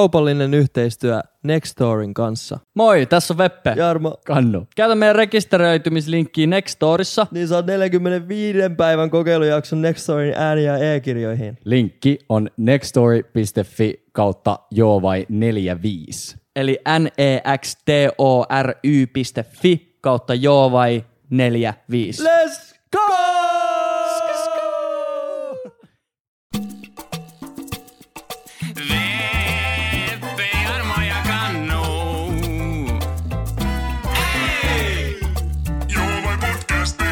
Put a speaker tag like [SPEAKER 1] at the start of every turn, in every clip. [SPEAKER 1] Kaupallinen yhteistyö Nextorin kanssa.
[SPEAKER 2] Moi, tässä on Veppe.
[SPEAKER 1] Jarmo,
[SPEAKER 3] Kannu.
[SPEAKER 2] Käytä meidän rekisteröitymislinkkiä Nextorissa.
[SPEAKER 1] niin saa 45 päivän kokeilujakson Nextorin ääni- ja e-kirjoihin.
[SPEAKER 3] Linkki on nextstory.fi kautta joo vai 45.
[SPEAKER 2] Eli E nextory.fi kautta joo vai 45.
[SPEAKER 1] Let's go!
[SPEAKER 4] Veppe, Jarmo ja Kannu. Hei! Joo vai podcasti?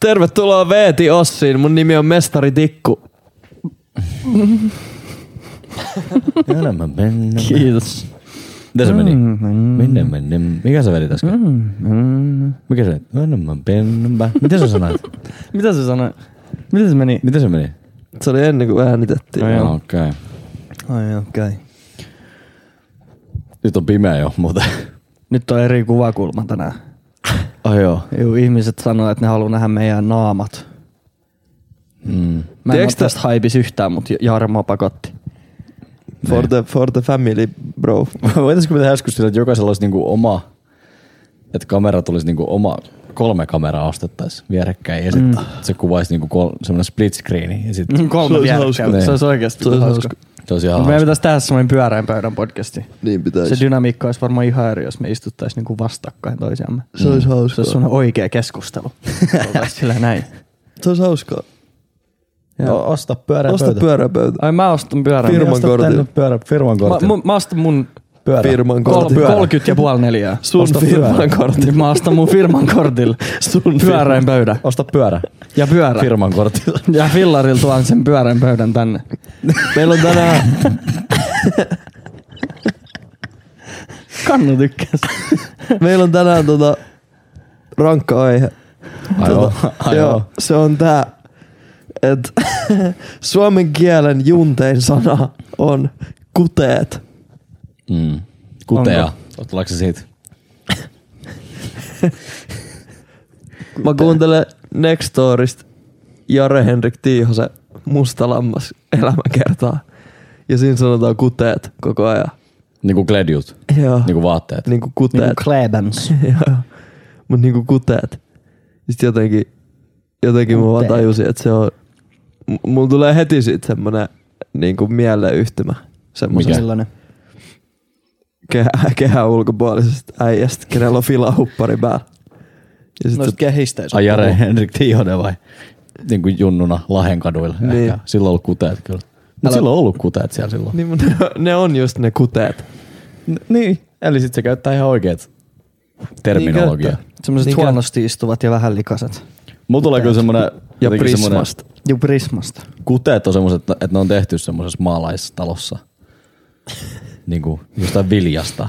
[SPEAKER 1] Tervetuloa Veeti Ossiin, mun nimi on Mestari Tikku.
[SPEAKER 3] Älä mä mennä.
[SPEAKER 1] Kiitos.
[SPEAKER 3] Mitä se meni?
[SPEAKER 5] Mm-hmm.
[SPEAKER 3] Minne mennä? Mikä se vedit äsken? Mikä se? Älä mä mennä. Miten sä sanoit?
[SPEAKER 5] Mitä se sanoi? Miten se meni?
[SPEAKER 3] Miten se meni?
[SPEAKER 1] Se oli ennen kuin äänitettiin.
[SPEAKER 5] No joo.
[SPEAKER 3] Okei. Okay.
[SPEAKER 5] Ai okei. Okay.
[SPEAKER 3] Nyt on pimeä jo muuten.
[SPEAKER 5] Nyt on eri kuvakulma tänään.
[SPEAKER 3] Ai Ah, joo.
[SPEAKER 5] Juu, ihmiset sanoo, että ne haluaa nähdä meidän naamat.
[SPEAKER 3] Mm.
[SPEAKER 5] Mä en
[SPEAKER 1] Tiedätkö
[SPEAKER 5] ole
[SPEAKER 1] tä-
[SPEAKER 5] tästä haipis yhtään, mutta Jarmo pakotti.
[SPEAKER 3] Niin.
[SPEAKER 1] For the, for the family, bro.
[SPEAKER 3] Voitaisko me tehdä joskus sillä, että jokaisella olisi niinku oma, että kamera tulisi niinku oma, kolme kameraa ostettaisiin vierekkäin ja sitten mm. se kuvaisi niinku kol, semmoinen split screeni ja sitten
[SPEAKER 5] Kolme
[SPEAKER 3] Niin.
[SPEAKER 5] vierekkäin. Se olisi oikeasti
[SPEAKER 1] Se olisi
[SPEAKER 5] hauska.
[SPEAKER 3] se olisi ihan
[SPEAKER 5] Mut Meidän
[SPEAKER 3] hauska.
[SPEAKER 5] pitäisi tehdä semmoinen pyöreän pöydän podcasti.
[SPEAKER 1] Niin pitäisi.
[SPEAKER 5] Se dynamiikka olisi varmaan ihan eri, jos me istuttaisiin niinku vastakkain toisiamme.
[SPEAKER 1] Se olisi
[SPEAKER 5] Se
[SPEAKER 1] hauskaa.
[SPEAKER 5] olisi semmoinen oikea keskustelu. Oltaisiin sillä näin.
[SPEAKER 1] Se olisi hauskaa.
[SPEAKER 3] No, osta pyörä
[SPEAKER 1] Osta pyöräpöytä.
[SPEAKER 5] Ai mä ostan pyörän.
[SPEAKER 1] Firman kortin.
[SPEAKER 3] Pyörä, firman
[SPEAKER 5] Mä,
[SPEAKER 3] kortin.
[SPEAKER 5] mun- mä ostan mun
[SPEAKER 3] pyörä.
[SPEAKER 1] Firman
[SPEAKER 5] kol-
[SPEAKER 1] kortti.
[SPEAKER 3] pyörä.
[SPEAKER 5] 30 ja puoli neljää.
[SPEAKER 1] Sun
[SPEAKER 3] Osta
[SPEAKER 1] firman
[SPEAKER 3] pyörä.
[SPEAKER 1] kortti.
[SPEAKER 5] Niin Mä ostan mun firman kortilla.
[SPEAKER 1] Sun
[SPEAKER 5] Pyöreän pöydä.
[SPEAKER 3] Osta pyörä.
[SPEAKER 5] Ja pyörä.
[SPEAKER 3] Firman kortilla.
[SPEAKER 5] Ja fillarilla tuon sen pyörän pöydän tänne.
[SPEAKER 1] Meillä on tänään,
[SPEAKER 5] Kannu tykkäs.
[SPEAKER 1] meillä on tänään tota rankka aihe.
[SPEAKER 3] Ai joo. Ai joo.
[SPEAKER 1] se on tää, että suomen kielen juntein sana on kuteet.
[SPEAKER 3] Mm. Kutea.
[SPEAKER 5] Onko?
[SPEAKER 3] Tuleeko se siitä?
[SPEAKER 1] Mä kuuntelen Nextorista Jare Henrik Tiihosen Musta lammas elämäkertaa. Ja siinä sanotaan kuteet koko ajan.
[SPEAKER 3] Niinku kledjut.
[SPEAKER 1] Joo.
[SPEAKER 3] Niinku vaatteet.
[SPEAKER 1] Niinku kuteet.
[SPEAKER 5] Klebens.
[SPEAKER 1] Joo. Mut niinku kuteet. Sitten jotenkin, jotenkin mä vaan
[SPEAKER 5] Kuteet.
[SPEAKER 1] tajusin, että se on... m- Mulla tulee heti sit semmonen niinku mieleyhtymä. Semmoisesta
[SPEAKER 3] Mikä?
[SPEAKER 5] Sellainen.
[SPEAKER 1] kehä, kehän ulkopuolisesta äijästä, kenellä on filahuppari päällä. Ja sit se,
[SPEAKER 5] Noista kehisteistä.
[SPEAKER 3] Ai Jare Henrik Tiihonen vai? Niinku junnuna Lahenkaduilla.
[SPEAKER 1] Niin.
[SPEAKER 3] Niin. Ehkä. Silloin on ollut kuteet kyllä. Mut
[SPEAKER 5] Älä-
[SPEAKER 3] silloin on ollut kuteet siellä silloin.
[SPEAKER 1] niin, mut ne, ne on just ne kuteet.
[SPEAKER 3] Niin. Eli sitten se käyttää ihan oikeat terminologiaa.
[SPEAKER 1] Niin käyttää.
[SPEAKER 5] Semmoiset
[SPEAKER 1] Niinkö?
[SPEAKER 5] huonosti istuvat ja vähän likaset.
[SPEAKER 3] Mulla tulee kyllä semmoinen...
[SPEAKER 1] Ja prismasta.
[SPEAKER 5] Juu, prismasta.
[SPEAKER 3] Kuteet on semmoiset, että ne on tehty semmoisessa maalaistalossa. Niinku jostain viljasta.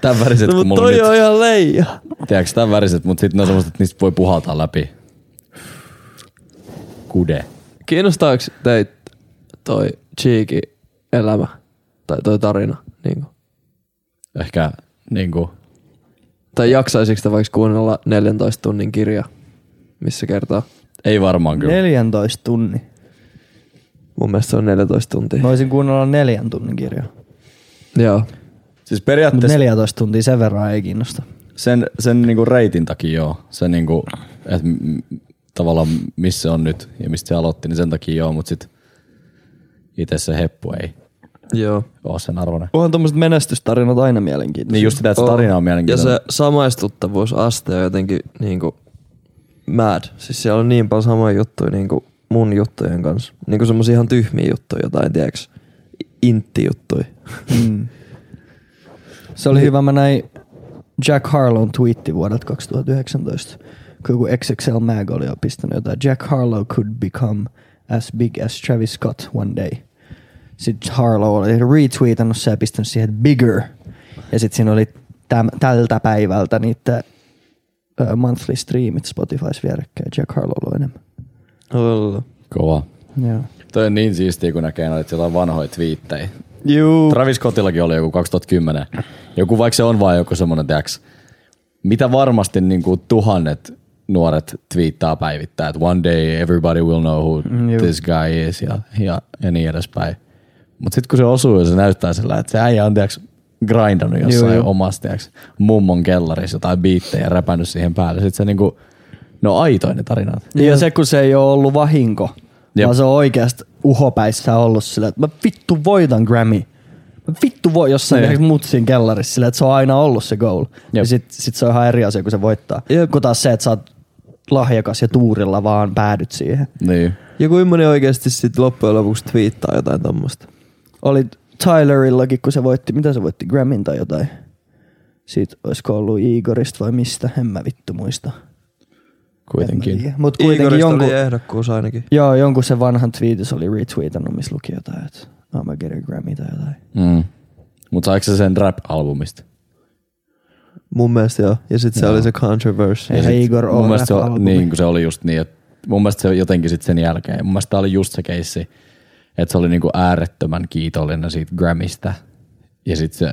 [SPEAKER 3] Tämän väriset,
[SPEAKER 1] No, mut
[SPEAKER 3] kun mulla on
[SPEAKER 1] toi
[SPEAKER 3] nyt.
[SPEAKER 1] on ihan leija.
[SPEAKER 3] Tiedätkö, tämän väriset, mutta sitten ne on semmoiset, että niistä voi puhaltaa läpi. Kude.
[SPEAKER 1] Kiinnostaako teitä toi Cheeky elämä tai toi tarina? Niin kuin?
[SPEAKER 3] Ehkä niinku...
[SPEAKER 1] Tai jaksaisiko te vaikka kuunnella 14 tunnin kirja, missä kertaa?
[SPEAKER 3] Ei varmaan kyllä.
[SPEAKER 5] 14 tunni.
[SPEAKER 1] Mun mielestä se on 14 tuntia.
[SPEAKER 5] Mä voisin kuunnella neljän tunnin kirjaa.
[SPEAKER 1] Joo.
[SPEAKER 3] Siis
[SPEAKER 5] Mutta
[SPEAKER 3] periaatteessa
[SPEAKER 5] 14 tuntia sen verran ei kiinnosta.
[SPEAKER 3] sen, sen niinku reitin takia joo. Se niinku, että tavallaan missä se on nyt ja mistä se aloitti, niin sen takia joo, mutta sitten itse se heppu ei
[SPEAKER 1] Joo.
[SPEAKER 3] ole sen arvoinen.
[SPEAKER 5] Onhan tommoset menestystarinat aina mielenkiintoisia.
[SPEAKER 3] Niin just sitä, että se tarina on
[SPEAKER 1] Ja
[SPEAKER 3] mielenkiintoinen.
[SPEAKER 1] se samaistuttavuusaste on jotenkin niinku mad. Siis siellä on niin paljon samoja juttuja niinku mun juttujen kanssa. Niinku semmosia ihan tyhmiä juttuja, jotain tiedäks, intti-juttuja.
[SPEAKER 5] Mm. Se oli hyvä, mä näin Jack Harlown twiitti vuodelta 2019, kun joku XXL Mag oli jo pistänyt jotain. Jack Harlow could become as big as Travis Scott one day. Sitten Harlow oli retweetannut se ja pistänyt siihen bigger. Ja sitten siinä oli täm, tältä päivältä niitä uh, monthly streamit Spotifys vierekkäin. Jack Harlow on enemmän.
[SPEAKER 3] Kova.
[SPEAKER 5] Joo.
[SPEAKER 3] Toi on niin siistiä, kun näkee noita jotain vanhoja twiittejä.
[SPEAKER 5] Juu.
[SPEAKER 3] Travis Scottillakin oli joku 2010. Joku, vaikka se on vaan joku semmoinen, tiiäks, mitä varmasti niin kuin niinku tuhannet nuoret twiittaa päivittää, että one day everybody will know who
[SPEAKER 2] Mm, juu.
[SPEAKER 3] this guy is ja, ja, ja niin edespäin. Mutta sitten kun se osuu ja se näyttää sillä, että se äijä on tiiäks, grindannut jossain
[SPEAKER 2] Juu, juu.
[SPEAKER 3] omassa tiiäks, mummon kellarissa jotain biittejä ja räpännyt siihen päälle. Sitten se niinku, ne on aitoja ne tarinat.
[SPEAKER 2] Ja se, kun se ei ole ollut vahinko,
[SPEAKER 3] Jep.
[SPEAKER 2] Jep. vaan se on oikeasti uhopäissä ollut sillä, että mä vittu voitan Grammy. Mä vittu voi jossain
[SPEAKER 3] Niin.
[SPEAKER 2] niin. mutsin kellarissa sillä, että se on aina ollut se goal.
[SPEAKER 3] Jep.
[SPEAKER 2] Ja sit, sit se on ihan eri asia, kun se voittaa.
[SPEAKER 1] Jep.
[SPEAKER 2] Jep. Kun taas se, että sä oot lahjakas ja tuurilla vaan päädyt siihen.
[SPEAKER 3] Niin.
[SPEAKER 1] Joku ihminen oikeasti sit loppujen lopuksi twiittaa jotain tommosta.
[SPEAKER 2] Oli Tylerillakin, kun se voitti, mitä se voitti, Grammin tai jotain. Siitä olisiko ollut Igorista vai mistä, en mä vittu muista.
[SPEAKER 3] Kuitenkin.
[SPEAKER 2] Mutta kuitenkin
[SPEAKER 1] Igorista jonkun...
[SPEAKER 2] jonkun,
[SPEAKER 1] oli eh, ehdokkuus ainakin.
[SPEAKER 2] Joo, jonkun sen vanhan tweetis oli retweetannut, missä luki jotain, että I'm gonna get a Grammy tai jotain.
[SPEAKER 3] Mm. Mutta saiko se sen rap-albumista?
[SPEAKER 1] Mun mielestä joo. Ja sit se
[SPEAKER 3] Joo.
[SPEAKER 1] oli se controversy.
[SPEAKER 2] Ei
[SPEAKER 3] Ja
[SPEAKER 2] se
[SPEAKER 3] sit
[SPEAKER 2] Igor
[SPEAKER 3] mun
[SPEAKER 2] ole
[SPEAKER 3] mielestä se, oli-
[SPEAKER 2] rap-albumi.
[SPEAKER 3] niin, kun se oli just niin, että mun mielestä se jotenkin sitten sen jälkeen. Mun mielestä tää oli just se keissi, että se oli niinku äärettömän kiitollinen siitä Grammista. Ja sitten se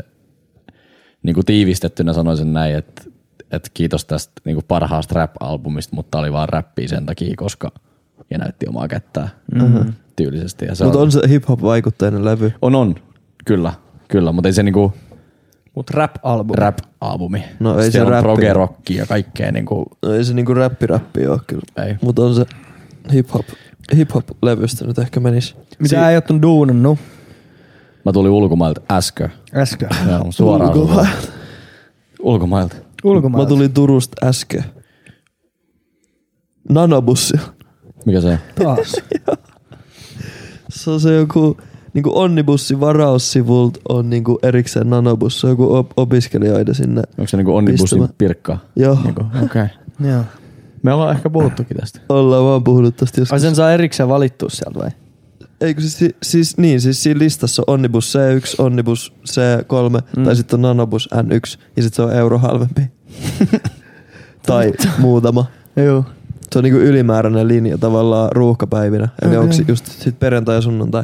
[SPEAKER 3] niinku tiivistettynä sanoisin näin, että et kiitos tästä niinku parhaasta rap-albumista, mutta tää oli vaan räppiä sen takia, koska ja näytti omaa kättää mm-hmm. tyylisesti. Ja se
[SPEAKER 1] Mutta Mhm. on se hip-hop-vaikutteinen levy.
[SPEAKER 3] on, on, kyllä, kyllä, mutta ei se niinku,
[SPEAKER 2] Mut rap-albumi.
[SPEAKER 3] rap-albumi.
[SPEAKER 1] No ei
[SPEAKER 3] Siellä
[SPEAKER 1] se
[SPEAKER 3] on
[SPEAKER 1] rappi.
[SPEAKER 3] progerockia ja kaikkea. Niin kuin,
[SPEAKER 1] No ei se niinku räppi-räppi oo kyllä.
[SPEAKER 3] Ei.
[SPEAKER 1] Mut on se hip-hop, hip-hop-levystä nyt ehkä menis.
[SPEAKER 2] Mitä ei oo ton duunannut
[SPEAKER 3] mä tulin ulkomailta äsken.
[SPEAKER 2] äsken?
[SPEAKER 3] Joo, suoraan ulkomailta. ulkomailta.
[SPEAKER 1] Mä
[SPEAKER 2] Ulkomailta.
[SPEAKER 1] tulin Turusta äsken. Nanobussi.
[SPEAKER 3] Mikä se on?
[SPEAKER 2] taas.
[SPEAKER 1] Se on se joku niinku onnibussi varaussivulta on niinku erikseen nanobussi. Se on joku op- opiskelijoiden sinne.
[SPEAKER 3] Onko se niinku onnibussin
[SPEAKER 1] Pistämä.
[SPEAKER 3] pirkkaa?
[SPEAKER 1] Joo,
[SPEAKER 3] Niinku, okei. Okay.
[SPEAKER 2] Joo.
[SPEAKER 3] Me ollaan ehkä puhuttukin tästä.
[SPEAKER 1] ollaan vaan puhunut tästä
[SPEAKER 2] Ai
[SPEAKER 1] joskus.
[SPEAKER 2] sen saa erikseen valittua sieltä vai?
[SPEAKER 1] Eikö siis, si- siis, niin, siis siinä listassa on Onnibus C1, Onnibus C3 mm. tai sitten on Nanobus N1 ja sitten se on euro halvempi. tai muutama.
[SPEAKER 2] Joo.
[SPEAKER 1] Se on niinku ylimääräinen linja tavallaan ruuhkapäivinä. Eli okay. onko se just sit perjantai ja sunnuntai.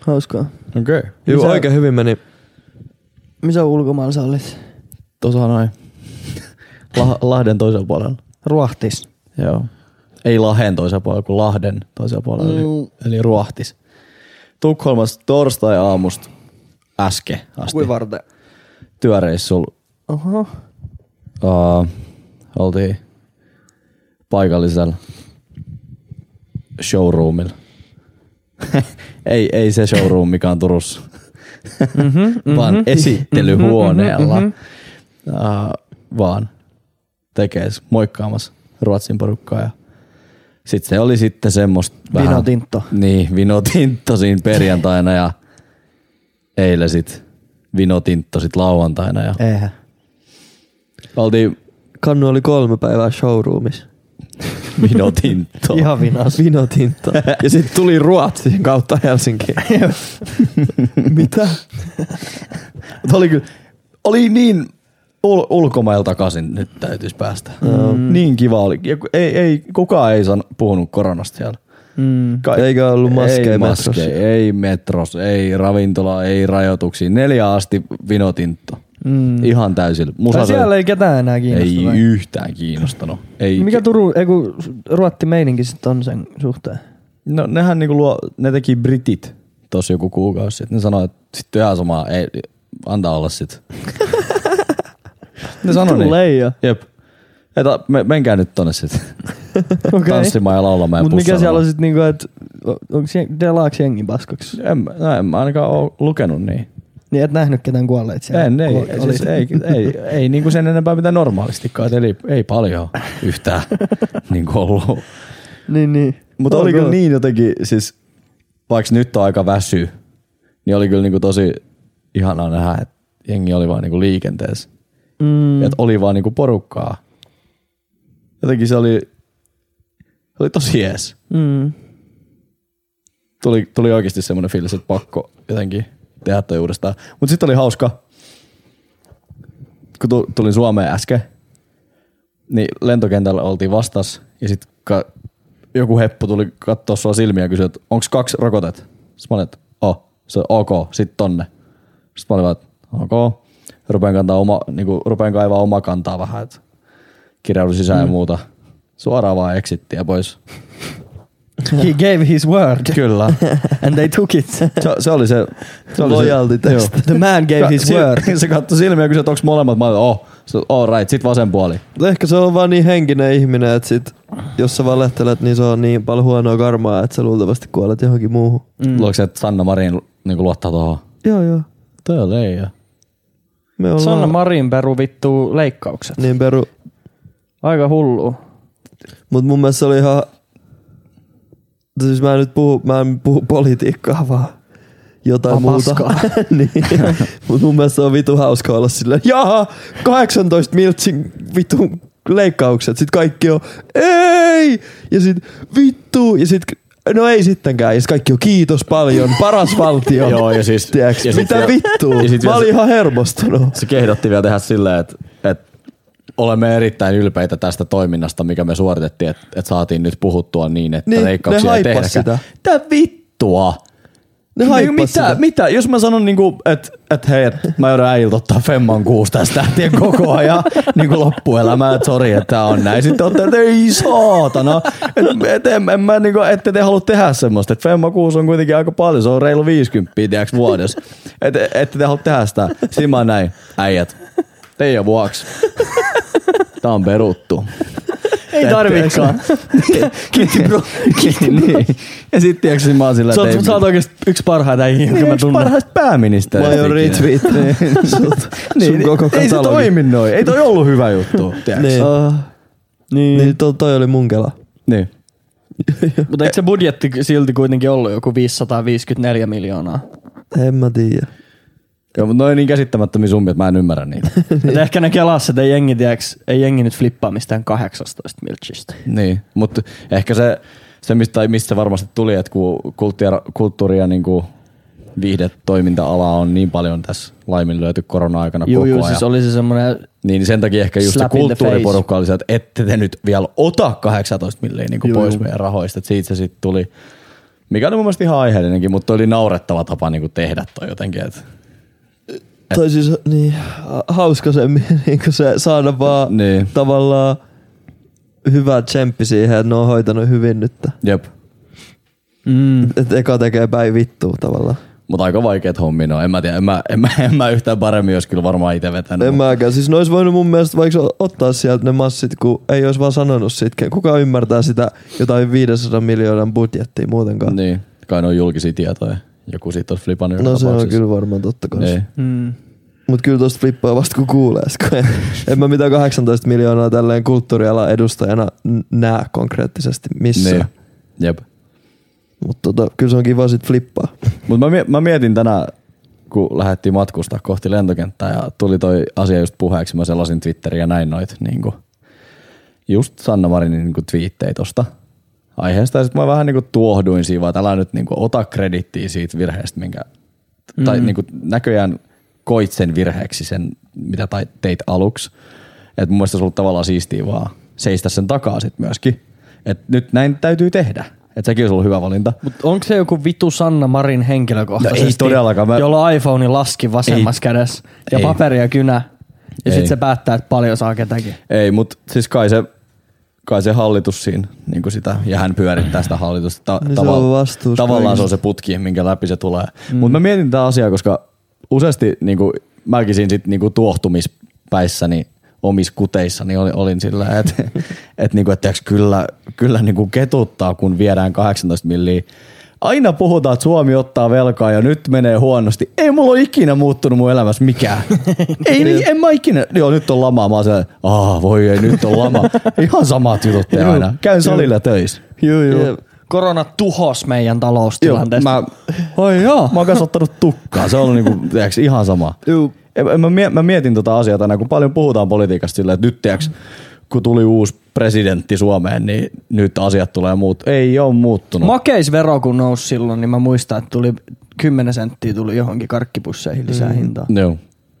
[SPEAKER 2] Hauskaa.
[SPEAKER 3] Okei. Okay.
[SPEAKER 1] Joo,
[SPEAKER 2] Mitä-
[SPEAKER 1] oikein hyvin meni.
[SPEAKER 2] Missä ulkomailla sä olit?
[SPEAKER 3] Tuossa noin. Lah- Lahden toisella puolella.
[SPEAKER 2] Ruohtis.
[SPEAKER 3] Joo. Ei Lahden toisella puolella, kuin Lahden toisella puolella. Eli, eli niin Ruohtis. Tukholmassa torstai-aamusta äske asti.
[SPEAKER 2] varten?
[SPEAKER 3] Työreissulla
[SPEAKER 2] Oho.
[SPEAKER 3] Uh, oltiin paikallisella showroomilla. ei, ei se showroom, mikä on Turussa, mm-hmm, vaan mm-hmm, esittelyhuoneella. Mm-hmm, uh, vaan tekees moikkaamassa Ruotsin porukkaa. Ja sit se oli sitten semmoista vähän...
[SPEAKER 2] Vinotinto.
[SPEAKER 3] Niin, vinotinto siinä perjantaina ja eilen sit vinotinto sit lauantaina. Ja
[SPEAKER 2] Eihän.
[SPEAKER 3] oltiin
[SPEAKER 1] Kannu oli kolme päivää showroomissa.
[SPEAKER 3] vinotinto.
[SPEAKER 2] Ihan vinas.
[SPEAKER 1] Vinotinta. ja sitten tuli Ruotsiin kautta Helsinkiin.
[SPEAKER 3] Mitä? Mutta oli kyllä, oli niin ul- ulkomailla takaisin nyt täytyisi päästä. Mm. Niin kiva oli. Ja ku- Ei, ei, kukaan ei san, puhunut koronasta siellä.
[SPEAKER 2] Mm.
[SPEAKER 3] Ka-
[SPEAKER 1] Eikä ollut maskeja
[SPEAKER 3] ei
[SPEAKER 1] metrossa.
[SPEAKER 3] maskeja, ei metros, ei ravintola, ei rajoituksia. Neljä asti vinotinto. Mm. Ihan täysillä. Musa
[SPEAKER 2] Tai siellä
[SPEAKER 3] siellä
[SPEAKER 2] ei ketään enää
[SPEAKER 3] ei,
[SPEAKER 2] kiinnosta.
[SPEAKER 3] ei
[SPEAKER 2] Ei,
[SPEAKER 3] yhtään kiinnostanut. Ei,
[SPEAKER 2] Mikä Turun, ei kun Ruotti meininki sit on sen suhteen?
[SPEAKER 3] No nehän niinku luo, ne teki britit tossa joku kuukausi sitten. Ne sanoi, että sitten ihan sama, ei, antaa olla sit. ne sanoi niin.
[SPEAKER 2] Leija.
[SPEAKER 3] Jep. Että me, menkää nyt tonne sit. Okay.
[SPEAKER 2] Okei.
[SPEAKER 3] Tanssimaan ja laulamaan ja
[SPEAKER 2] Mut mikä siellä
[SPEAKER 3] pussailemaan.
[SPEAKER 2] on sit niinku, että onko delaaks jengi paskaksi?
[SPEAKER 3] En, mä- no, en mä ainakaan oo lukenut niin.
[SPEAKER 2] Niin et nähnyt ketään kuolleet siellä?
[SPEAKER 3] En, ei,
[SPEAKER 2] Oli-
[SPEAKER 3] ei,
[SPEAKER 2] oli-
[SPEAKER 3] siis, ei, ei, ei niinku sen enempää mitä normaalistikaan, eli ei paljon yhtään niinku ollut.
[SPEAKER 2] Niin, niin.
[SPEAKER 3] Mutta
[SPEAKER 2] Oh
[SPEAKER 3] oli kyllä
[SPEAKER 2] god.
[SPEAKER 3] niin jotenkin, siis vaikka nyt on aika väsy, niin oli kyllä niinku tosi ihanaa nähdä, että jengi oli vaan niinku liikenteessä. Mm. Että oli vaan niinku porukkaa. Jotenkin se oli, oli tosi jees. Mm. Tuli, tuli oikeasti semmoinen fiilis, että pakko jotenkin tehdä toi uudestaan. Mutta sitten oli hauska, kun tu- tulin Suomeen äsken, niin lentokentällä oltiin vastas ja sitten ka- joku heppu tuli katsoa sua silmiä ja kysyi, että onko kaksi rokotet? Sitten mä olin, että oh, se on ok, sit tonne. Sitten mä olin, vaan, että ok. niinku, Rupeen, kantaa oma, niin kuin, rupeen kaivaa omaa kantaa vähän, että kirjaudun sisään mm. ja muuta. Suoraan vaan exittiä pois.
[SPEAKER 5] He gave his word
[SPEAKER 3] Kyllä.
[SPEAKER 5] and they took it.
[SPEAKER 3] Se, se oli se... se oli
[SPEAKER 1] Lojalty
[SPEAKER 3] se,
[SPEAKER 1] test.
[SPEAKER 5] The man gave
[SPEAKER 3] Ka-
[SPEAKER 5] his
[SPEAKER 3] si-
[SPEAKER 5] word.
[SPEAKER 3] Se katsoi silmiä ja kysyi, että onko molemmat. Mä olin, oh, Se- all right, sit vasen puoli.
[SPEAKER 1] Ehkä se on vaan niin henkinen ihminen, että sit, jos sä valehtelet, niin se on niin paljon huonoa karmaa, että sä luultavasti kuolet johonkin muuhun.
[SPEAKER 3] Mm. Luuliko se, että Sanna Marin niin luottaa tuohon?
[SPEAKER 1] Joo, joo.
[SPEAKER 3] Toi on leija.
[SPEAKER 1] Me ollaan
[SPEAKER 2] Sanna Marin peru vittuu leikkaukset.
[SPEAKER 1] niin peru.
[SPEAKER 2] Aika hullu.
[SPEAKER 1] Mut mun mielestä se oli ihan... Siis mä en nyt puhu, mä en puhu politiikkaa, vaan jotain
[SPEAKER 5] Vaan
[SPEAKER 1] muuta.
[SPEAKER 5] paskaa.
[SPEAKER 1] niin. Mut mun mielestä se on vitu hauska olla silleen, jaha, 18 miltsin vitun leikkaukset. Sitten kaikki on, ei! Ja sit vittu, ja sit No ei sittenkään. Ja sit kaikki on kiitos paljon. Paras valtio.
[SPEAKER 3] Joo, ja siis-
[SPEAKER 1] Tiedäks,
[SPEAKER 3] ja sit
[SPEAKER 1] mitä
[SPEAKER 3] vielä-
[SPEAKER 1] vittua?
[SPEAKER 3] ja
[SPEAKER 1] Mä
[SPEAKER 3] sit vielä
[SPEAKER 1] olin
[SPEAKER 3] se-
[SPEAKER 1] ihan hermostunut.
[SPEAKER 3] Se kehdotti vielä tehdä silleen, että, että olemme erittäin ylpeitä tästä toiminnasta, mikä me suoritettiin, että, että saatiin nyt puhuttua niin, että
[SPEAKER 1] Niin,
[SPEAKER 3] niin,
[SPEAKER 1] ne
[SPEAKER 3] leikkauksia ei
[SPEAKER 1] haippas
[SPEAKER 3] tehdäkään.
[SPEAKER 1] sitä.
[SPEAKER 3] Tää vittua!
[SPEAKER 1] Ne
[SPEAKER 3] Niin,
[SPEAKER 1] haippas
[SPEAKER 3] mitä,
[SPEAKER 1] sitä.
[SPEAKER 3] mitä, jos mä sanon niinku, että et hei, et mä joudun äijiltä ottaa femman kuusi tästä lähtien koko ajan niinku loppuelämää, että sori, että tää on näin. Sitten olette, että ei saatana, että et, en, en mä niinku, ette te halua tehdä semmoista, että femma kuusi on kuitenkin aika paljon, se on reilu 50 tiedäks vuodessa. Et, ette te halua tehdä sitä. Siinä mä oon näin, äijät, teidän vuoksi. Tää on peruttu.
[SPEAKER 5] Ei tarvikaan.
[SPEAKER 3] Kiitti bro. niin. Ja sitten tiedätkö, niin mä oon sillä,
[SPEAKER 5] Sä
[SPEAKER 3] että
[SPEAKER 5] oot,
[SPEAKER 3] ei-
[SPEAKER 5] sä oot oikeesti yksi parhaita ihmisiä,
[SPEAKER 3] niin,
[SPEAKER 5] jonka mä
[SPEAKER 3] yksi
[SPEAKER 5] tunnen.
[SPEAKER 3] parhaista pääministeristä.
[SPEAKER 1] Mä oon
[SPEAKER 3] ikinä.
[SPEAKER 1] retweet sut, sun koko
[SPEAKER 3] Niin, ei se
[SPEAKER 1] katalogin.
[SPEAKER 3] toimi noin. Ei toi ollut hyvä juttu. tiedäks?
[SPEAKER 1] Niin.
[SPEAKER 5] Ah, niin.
[SPEAKER 1] Niin to, toi oli mun kela.
[SPEAKER 3] niin.
[SPEAKER 5] Mutta eikö se budjetti silti kuitenkin ollut joku 554 miljoonaa?
[SPEAKER 1] En mä tiedä.
[SPEAKER 3] Joo, mutta noin niin käsittämättömiä summia, että mä en ymmärrä niitä.
[SPEAKER 5] Et ehkä ne kelassa, että ei jengi, tiiäks, ei jengi nyt flippaa mistään 18 miltsistä.
[SPEAKER 3] niin, mutta ehkä se, se mistä, mistä varmasti tuli, että kun kulttuuria, kulttuuria niin kuin viihdetoiminta-ala on niin paljon tässä laiminlyöty korona-aikana
[SPEAKER 5] Juu,
[SPEAKER 3] koko
[SPEAKER 5] juu,
[SPEAKER 3] ajan.
[SPEAKER 5] siis oli se semmoinen
[SPEAKER 3] Niin sen takia ehkä just se
[SPEAKER 5] Slap in the
[SPEAKER 3] kulttuuriporukka oli se, että ette te nyt vielä ota 18 milliä niin kuin
[SPEAKER 5] Juu,
[SPEAKER 3] pois
[SPEAKER 5] juu.
[SPEAKER 3] meidän rahoista. Et Siitä se sitten tuli, mikä oli mun mielestä ihan aiheellinenkin, mutta toi oli naurettava tapa niin kuin tehdä toi jotenkin. Et,
[SPEAKER 1] Tai siis niin, ha- hauska se, niin se saada vaan
[SPEAKER 3] Niin.
[SPEAKER 1] tavallaan hyvä tsemppi siihen, että ne on hoitanut hyvin nyt.
[SPEAKER 3] jep.
[SPEAKER 5] Mm.
[SPEAKER 1] Et eka tekee päin vittua tavallaan.
[SPEAKER 3] Mutta aika vaikeet hommia ne on. En mä tiedä, en mä, en mä, en mä yhtään paremmin olisi kyllä varmaan itse vetänyt.
[SPEAKER 1] En
[SPEAKER 3] mut-
[SPEAKER 1] mäkään. Siis ne olisi voinut mun mielestä vaikka o- ottaa sieltä ne massit, kun ei olisi vaan sanonut sitkeä. Kuka ymmärtää sitä jotain 500 miljoonan budjettia muutenkaan? Niin.
[SPEAKER 3] Niin, kai ne on julkisia tietoja. Joku siitä olisi flipannut.
[SPEAKER 1] No
[SPEAKER 3] joka
[SPEAKER 1] se on
[SPEAKER 3] tapauksessa.
[SPEAKER 1] kyllä varmaan totta kai.
[SPEAKER 3] Niin.
[SPEAKER 5] Mm.
[SPEAKER 1] Mut kyllä tosta flippaa vasta kun kuulee. sit, kun En, en mä mitään 18 miljoonaa tälleen kulttuurialan edustajana n- näe konkreettisesti missä.
[SPEAKER 3] Niin.
[SPEAKER 1] Niin.
[SPEAKER 3] Jep.
[SPEAKER 1] Mutta tota, kyllä se on kiva sit flippaa.
[SPEAKER 3] Mutta mä, mie- mä mietin tänään, kun lähdettiin matkustaa kohti lentokenttää ja tuli toi asia just puheeksi, mä selasin Twitteriä ja näin noit niin kuin, just Sanna Marinin niin twiittejä tosta aiheesta. Ja sit mä vähän niin kuin tuohduin siinä, vaan, että älä nyt niin kuin, ota kredittiä siitä virheestä, minkä, mm. tai niin kuin, näköjään koit sen virheeksi sen, mitä tai, teit aluksi. Et mun mielestä se on ollut tavallaan siistiä vaan seistä sen takaa sit myöskin. Et nyt näin täytyy tehdä. Et sekin olisi ollut hyvä valinta.
[SPEAKER 5] Mut onko se joku vitu Sanna Marin henkilökohtaisesti,
[SPEAKER 3] No ei todellakaan, mä-
[SPEAKER 5] jolla iPhone laski vasemmassa kädessä ja
[SPEAKER 3] Ei.
[SPEAKER 5] paperi ja kynä. Ja
[SPEAKER 3] Ei.
[SPEAKER 5] sitten se päättää, että paljon saa ketäkin.
[SPEAKER 3] Ei, mutta siis kai se, kai se hallitus siinä niin kuin sitä, ja hän pyörittää sitä hallitusta. Ta-
[SPEAKER 1] Niin se on vastuussa
[SPEAKER 3] tavallaan se
[SPEAKER 1] kaikesta.
[SPEAKER 3] on se putki, minkä läpi se tulee. Mm. Mutta mä mietin tätä asiaa, koska useasti niin kuin, mäkin siinä sit, niin kuin tuohtumispäissäni omissa kuteissani olin, olin sillä, että et, niin et, tiiäks, kyllä, kyllä niin kuin ketuttaa, kun viedään 18 milliä. Aina puhutaan, että Suomi ottaa velkaa ja nyt menee huonosti. Ei mulla ole ikinä muuttunut mun elämässä mikään. ei, niin, en mä ikinä. Joo, nyt on lama. Mä oon siellä, aah, voi ei, nyt on lama. Ihan samat jutut teen aina. Käyn salilla töissä.
[SPEAKER 5] Juu,
[SPEAKER 1] juu. Jep.
[SPEAKER 5] Korona tuhos meidän
[SPEAKER 3] Joo,
[SPEAKER 5] taloustilanteesta.
[SPEAKER 3] mä,
[SPEAKER 5] Oi joo.
[SPEAKER 3] mä oon kanssa ottanut tukkaa. Se on ollut niinku, tiiäks, ihan sama.
[SPEAKER 1] Juu.
[SPEAKER 3] En- en Mä, mie- mä mietin tota asiaa tänään, kun paljon puhutaan politiikasta sillä, että nyt tiiäks, kun tuli uusi presidentti Suomeen, niin nyt asiat tulee muut. Ei ole muuttunut.
[SPEAKER 5] Makeisvero kun nousi silloin, niin mä muistan, että tuli 10 senttiä tuli johonkin karkkipusseihin
[SPEAKER 3] Mm.
[SPEAKER 5] lisää hintaa.
[SPEAKER 3] Joo.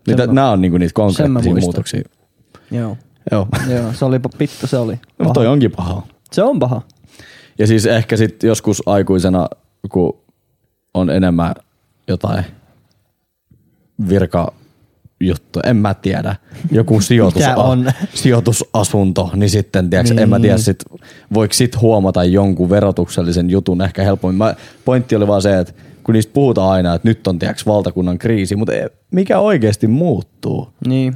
[SPEAKER 3] Niitä,
[SPEAKER 5] Sen mä-
[SPEAKER 3] nämä on niinku niitä
[SPEAKER 5] sen mä
[SPEAKER 3] konkreettisia
[SPEAKER 5] muistan.
[SPEAKER 3] muutoksia.
[SPEAKER 5] Joo.
[SPEAKER 3] Joo.
[SPEAKER 5] Joo, se oli pittu, se oli.
[SPEAKER 3] No, toi onkin paha.
[SPEAKER 5] Se on paha.
[SPEAKER 3] Ja siis ehkä sitten joskus aikuisena, kun on enemmän jotain virka juttu, en mä tiedä. Joku sijoitus,
[SPEAKER 5] Mitä on?
[SPEAKER 3] sijoitusasunto, niin sitten tiiäks, niin. en mä tiedä, sit, voiko sit huomata jonkun verotuksellisen jutun ehkä helpommin. Mä, pointti oli vaan se, että kun niistä puhutaan aina, että nyt on tiiäks, valtakunnan kriisi, mutta e- mikä oikeasti muuttuu?
[SPEAKER 2] Niin.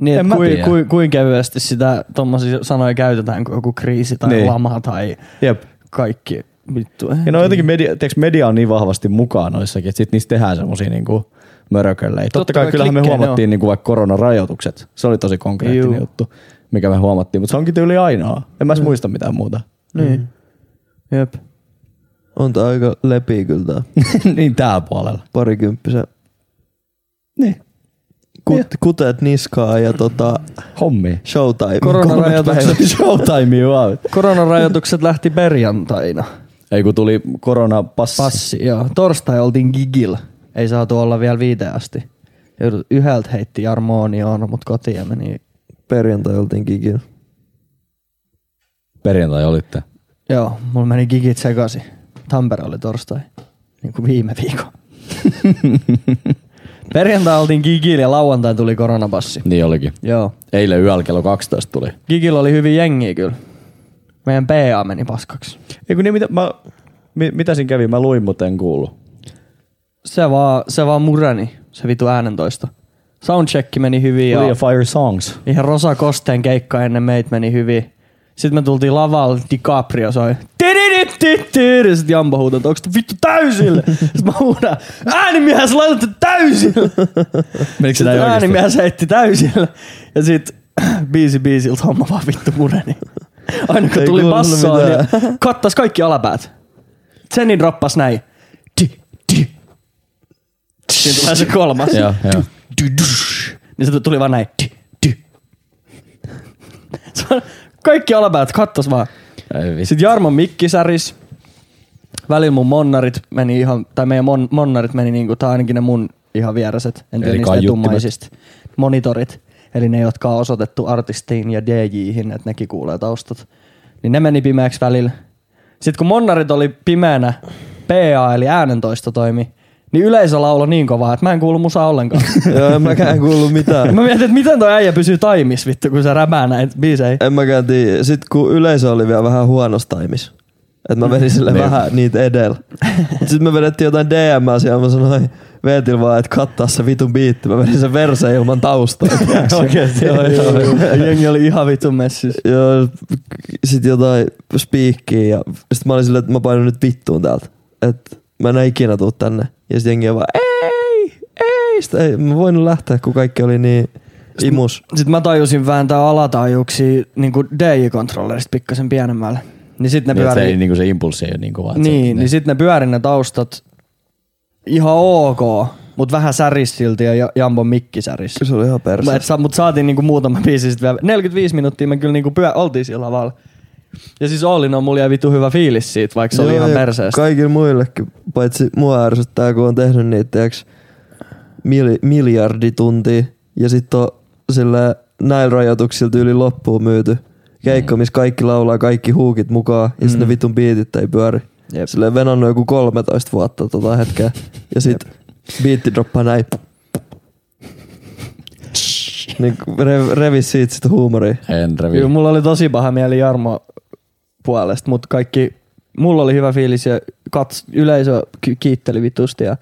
[SPEAKER 2] Niin,
[SPEAKER 3] En
[SPEAKER 2] et
[SPEAKER 3] mä
[SPEAKER 2] kui,
[SPEAKER 3] tiedä.
[SPEAKER 2] kui, kuin kevyesti sitä tommosia sanoja käytetään, kun joku kriisi tai
[SPEAKER 3] Niin.
[SPEAKER 2] niin. lama tai
[SPEAKER 3] Jep.
[SPEAKER 2] kaikki vittu.
[SPEAKER 5] Eh,
[SPEAKER 3] Ja no jotenkin media, tiiäks, media on niin vahvasti mukaan noissakin, että sit niistä tehdään semmosia niinku mörököllejä. Totta, Totta
[SPEAKER 2] Totta
[SPEAKER 3] kai,
[SPEAKER 2] kai
[SPEAKER 3] kyllähän me
[SPEAKER 2] klikkejä ne
[SPEAKER 3] huomattiin niinku vaikka koronarajoitukset. Se oli tosi konkreettinen
[SPEAKER 2] Juu.
[SPEAKER 3] juttu, mikä me huomattiin, mutta se onkin tyyli ainoa. En mä edes muista mitään muuta. mm.
[SPEAKER 2] Niin. Jep.
[SPEAKER 1] On tää aika lepii kyllä tää
[SPEAKER 3] niin tää puolella.
[SPEAKER 1] parikymppisen.
[SPEAKER 3] Niin.
[SPEAKER 1] Kut, kuteet niskaa ja tota
[SPEAKER 3] Hommi.
[SPEAKER 1] showtime.
[SPEAKER 2] Koronarajoitukset.
[SPEAKER 1] Kolme päivää.
[SPEAKER 3] Showtime vaan.
[SPEAKER 2] Koronarajoitukset lähti perjantaina.
[SPEAKER 3] Ei kun tuli koronapassi.
[SPEAKER 5] Passi, joo. Torstai oltiin gigil. Ei saatu olla vielä viiteen asti. Joudut- Yhdeltä heitti Jarmonioon, mutta kotiin ja meni.
[SPEAKER 1] Perjantai oltiin gigillä.
[SPEAKER 3] Perjantai olitte.
[SPEAKER 5] Joo, mulla meni gigit sekaisin. Tampere oli torstai. Niin kuin viime viikon. Perjantai oltiin gigil ja lauantai tuli koronapassi.
[SPEAKER 3] Niin olikin.
[SPEAKER 5] Joo.
[SPEAKER 3] Eilen yöllä kello 12 tuli.
[SPEAKER 2] Gigillä oli hyvin jengiä kyllä. Meidän PA meni paskaksi.
[SPEAKER 3] Ei kun niin, mitä, mä, mi, mitä siinä kävi? Mä luin, mutta en kuullut.
[SPEAKER 2] Se vaan, se vaan mureni, se vitu äänentoisto. Soundcheck meni hyvin ja
[SPEAKER 3] Joo. Fire Songs.
[SPEAKER 2] ihan Rosa Kosteen keikka ennen meitä meni hyvin. Sitten me tultiin lavalle, DiCaprio soi. "Tididididididi", Sitten Jambo huutaa, että onko vittu täysillä? Sitten mä huudan, äänimiehessä laitatte täysillä.
[SPEAKER 3] Menikö se
[SPEAKER 2] Sitten äänimies heitti täysillä. Ja sit biisi biisiltä homma vaan vittu mureni. Aina kun
[SPEAKER 1] Ei
[SPEAKER 2] tuli
[SPEAKER 1] kuulunut
[SPEAKER 2] bassoa,
[SPEAKER 1] mitään.
[SPEAKER 2] niin kattas kaikki alapäät. Zenin droppas näin. Di, di. Siinä tulee se kolmas.
[SPEAKER 3] Joo, joo.
[SPEAKER 2] Du, dush. Niin se tuli vaan näin. Di, di. Se on- Kaikki alapäät kattas vaan.
[SPEAKER 3] Ei
[SPEAKER 1] Niin.
[SPEAKER 3] vitsi.
[SPEAKER 2] Sitten Jarmon mikki säris. Välillä mun monnarit meni ihan, tai meidän mon, monnarit meni niinku, tai ainakin ne mun ihan vieräiset, en
[SPEAKER 3] Eli
[SPEAKER 2] tiedä niistä
[SPEAKER 3] kaiuttimet.
[SPEAKER 2] etummaisista, monitorit. Eli ne, jotka on osoitettu artistiin ja DJihin, että nekin kuulee taustat. Niin ne meni pimeäksi välillä. Sitten kun monnarit oli pimeänä, PA eli äänentoisto toimi, niin yleisö laulo niin kovaa, että mä en kuulu musaa ollenkaan.
[SPEAKER 1] Joo, en mäkään kuullut mitään.
[SPEAKER 2] mä mietin, että miten toi äijä pysyy taimis vittu, kun se rämää näitä biisejä.
[SPEAKER 1] En mäkään tiedä. Sitten kun yleisö oli vielä vähän huonossa timissa. Että mä vedin sille
[SPEAKER 3] Niin.
[SPEAKER 1] vähän niitä edellä. Sitten me vedettiin jotain DM-asiaa. Mä sanoin Veetil vaan, että kattaa se vitun biitti. Mä vedin sen verseen ilman taustaa.
[SPEAKER 2] Oikeesti.
[SPEAKER 1] Joo, joo.
[SPEAKER 2] Jengi oli ihan vitun messis.
[SPEAKER 1] Joo, sit jotain spiikkiä ja sit mä olin silleen, että mä painan nyt vittuun täältä. Et mä en enää ikinä tuu tänne. Ja sit jengi on vaan, ei, ei. Sit ei, mä voinut lähteä, kun kaikki oli niin imus.
[SPEAKER 2] Sitten mä tajusin vääntää alataajuuksia niin DJ-kontrollerista pikkasen pienemmälle. Niin sitten ne
[SPEAKER 3] Niin, että se,
[SPEAKER 2] pyörii.
[SPEAKER 3] ei,
[SPEAKER 2] Niin,
[SPEAKER 3] niin kuin se impulssi ei ole niin kova. että se-
[SPEAKER 2] niin, niin sitten ne pyörii ne taustat ihan ok, mutta vähän säris silti ja Ja- Jambon mikki säris.
[SPEAKER 1] Se oli ihan perse.
[SPEAKER 2] Mutta mut saatiin niinku muutama biisi sit vielä. 45 minuuttia me kyllä niinku pyö, oltiin siellä lavalla. Ja siis Ollin on mulla jäi vittu hyvä fiilis siitä, vaikka se oli ihan
[SPEAKER 1] ja
[SPEAKER 2] perseestä.
[SPEAKER 1] Kaikille muillekin, paitsi mua ärsyttää, kun on tehnyt niitä, tiiäks, mil, miljardi tuntia. Ja sitten on sillä näillä rajoituksilla tyyli loppuun myyty. Keikka,
[SPEAKER 2] Mm.
[SPEAKER 1] missä kaikki laulaa kaikki huukit mukaan, ja sitten ne vitun biitit ei pyöri.
[SPEAKER 2] Jep.
[SPEAKER 1] Silleen venannut joku 13 vuotta tota hetkeä. Ja sit biitti droppaa näin. niin re, revi siitä sitä huumoria.
[SPEAKER 3] En revi.
[SPEAKER 2] Kyllä mulla oli tosi paha mieli Jarmo puolesta, mutta kaikki, mulla oli hyvä fiilis ja kats, yleisö ki- kiitteli vitusti ja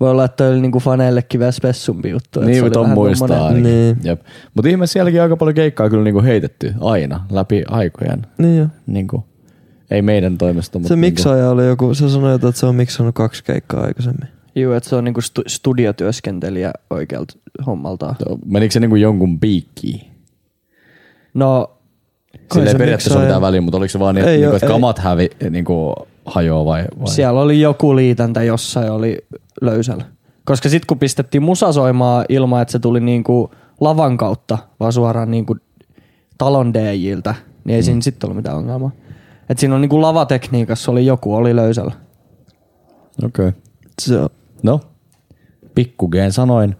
[SPEAKER 2] voi olla, että toi oli niinku faneillekin vähän spessumpi juttu. et se
[SPEAKER 3] Niin,
[SPEAKER 2] oli
[SPEAKER 3] mutta on
[SPEAKER 2] vähän
[SPEAKER 3] muistaa
[SPEAKER 2] tommonen-
[SPEAKER 3] ainakin.
[SPEAKER 1] Niin.
[SPEAKER 3] Jep. Mutta ihme sielläkin aika paljon keikkaa kyllä niinku heitetty aina läpi aikojen.
[SPEAKER 1] Niin joo.
[SPEAKER 3] Niinku, ei meidän toimesta,
[SPEAKER 2] niin
[SPEAKER 3] niinku- mutta
[SPEAKER 1] Se miksaaja oli joku, se sanoi jotain, että se on miksannut kaksi keikkaa aikaisemmin.
[SPEAKER 2] Juu, että se on niinku stu- studiotyöskentelijä oikealta hommaltaan.
[SPEAKER 3] Niinku, menikö se niinku jonkun piikkiin?
[SPEAKER 2] No,
[SPEAKER 3] Sillä
[SPEAKER 1] se
[SPEAKER 3] ei periaatteessa
[SPEAKER 1] miksaaja-
[SPEAKER 3] ole mitään väliä, mutta oliko se vaan niin, että,
[SPEAKER 1] Ei
[SPEAKER 3] niinku,
[SPEAKER 1] oo,
[SPEAKER 3] että
[SPEAKER 1] ei.
[SPEAKER 3] kamat hävi, niinku, hajoaa vai? vai?
[SPEAKER 2] siellä oli joku liitäntä jossain oli löysällä. Koska sitten kun pistettiin musa soimaan ilman, että se tuli niinku lavan kautta, vaan suoraan niinku talon DJiltä, niin ei mm. siinä sitten ollut mitään ongelmaa. Et siinä on niinku lavatekniikassa oli joku, oli löysällä.
[SPEAKER 3] Okei. Okay.
[SPEAKER 1] Se on
[SPEAKER 3] No, pikkugeen sanoin,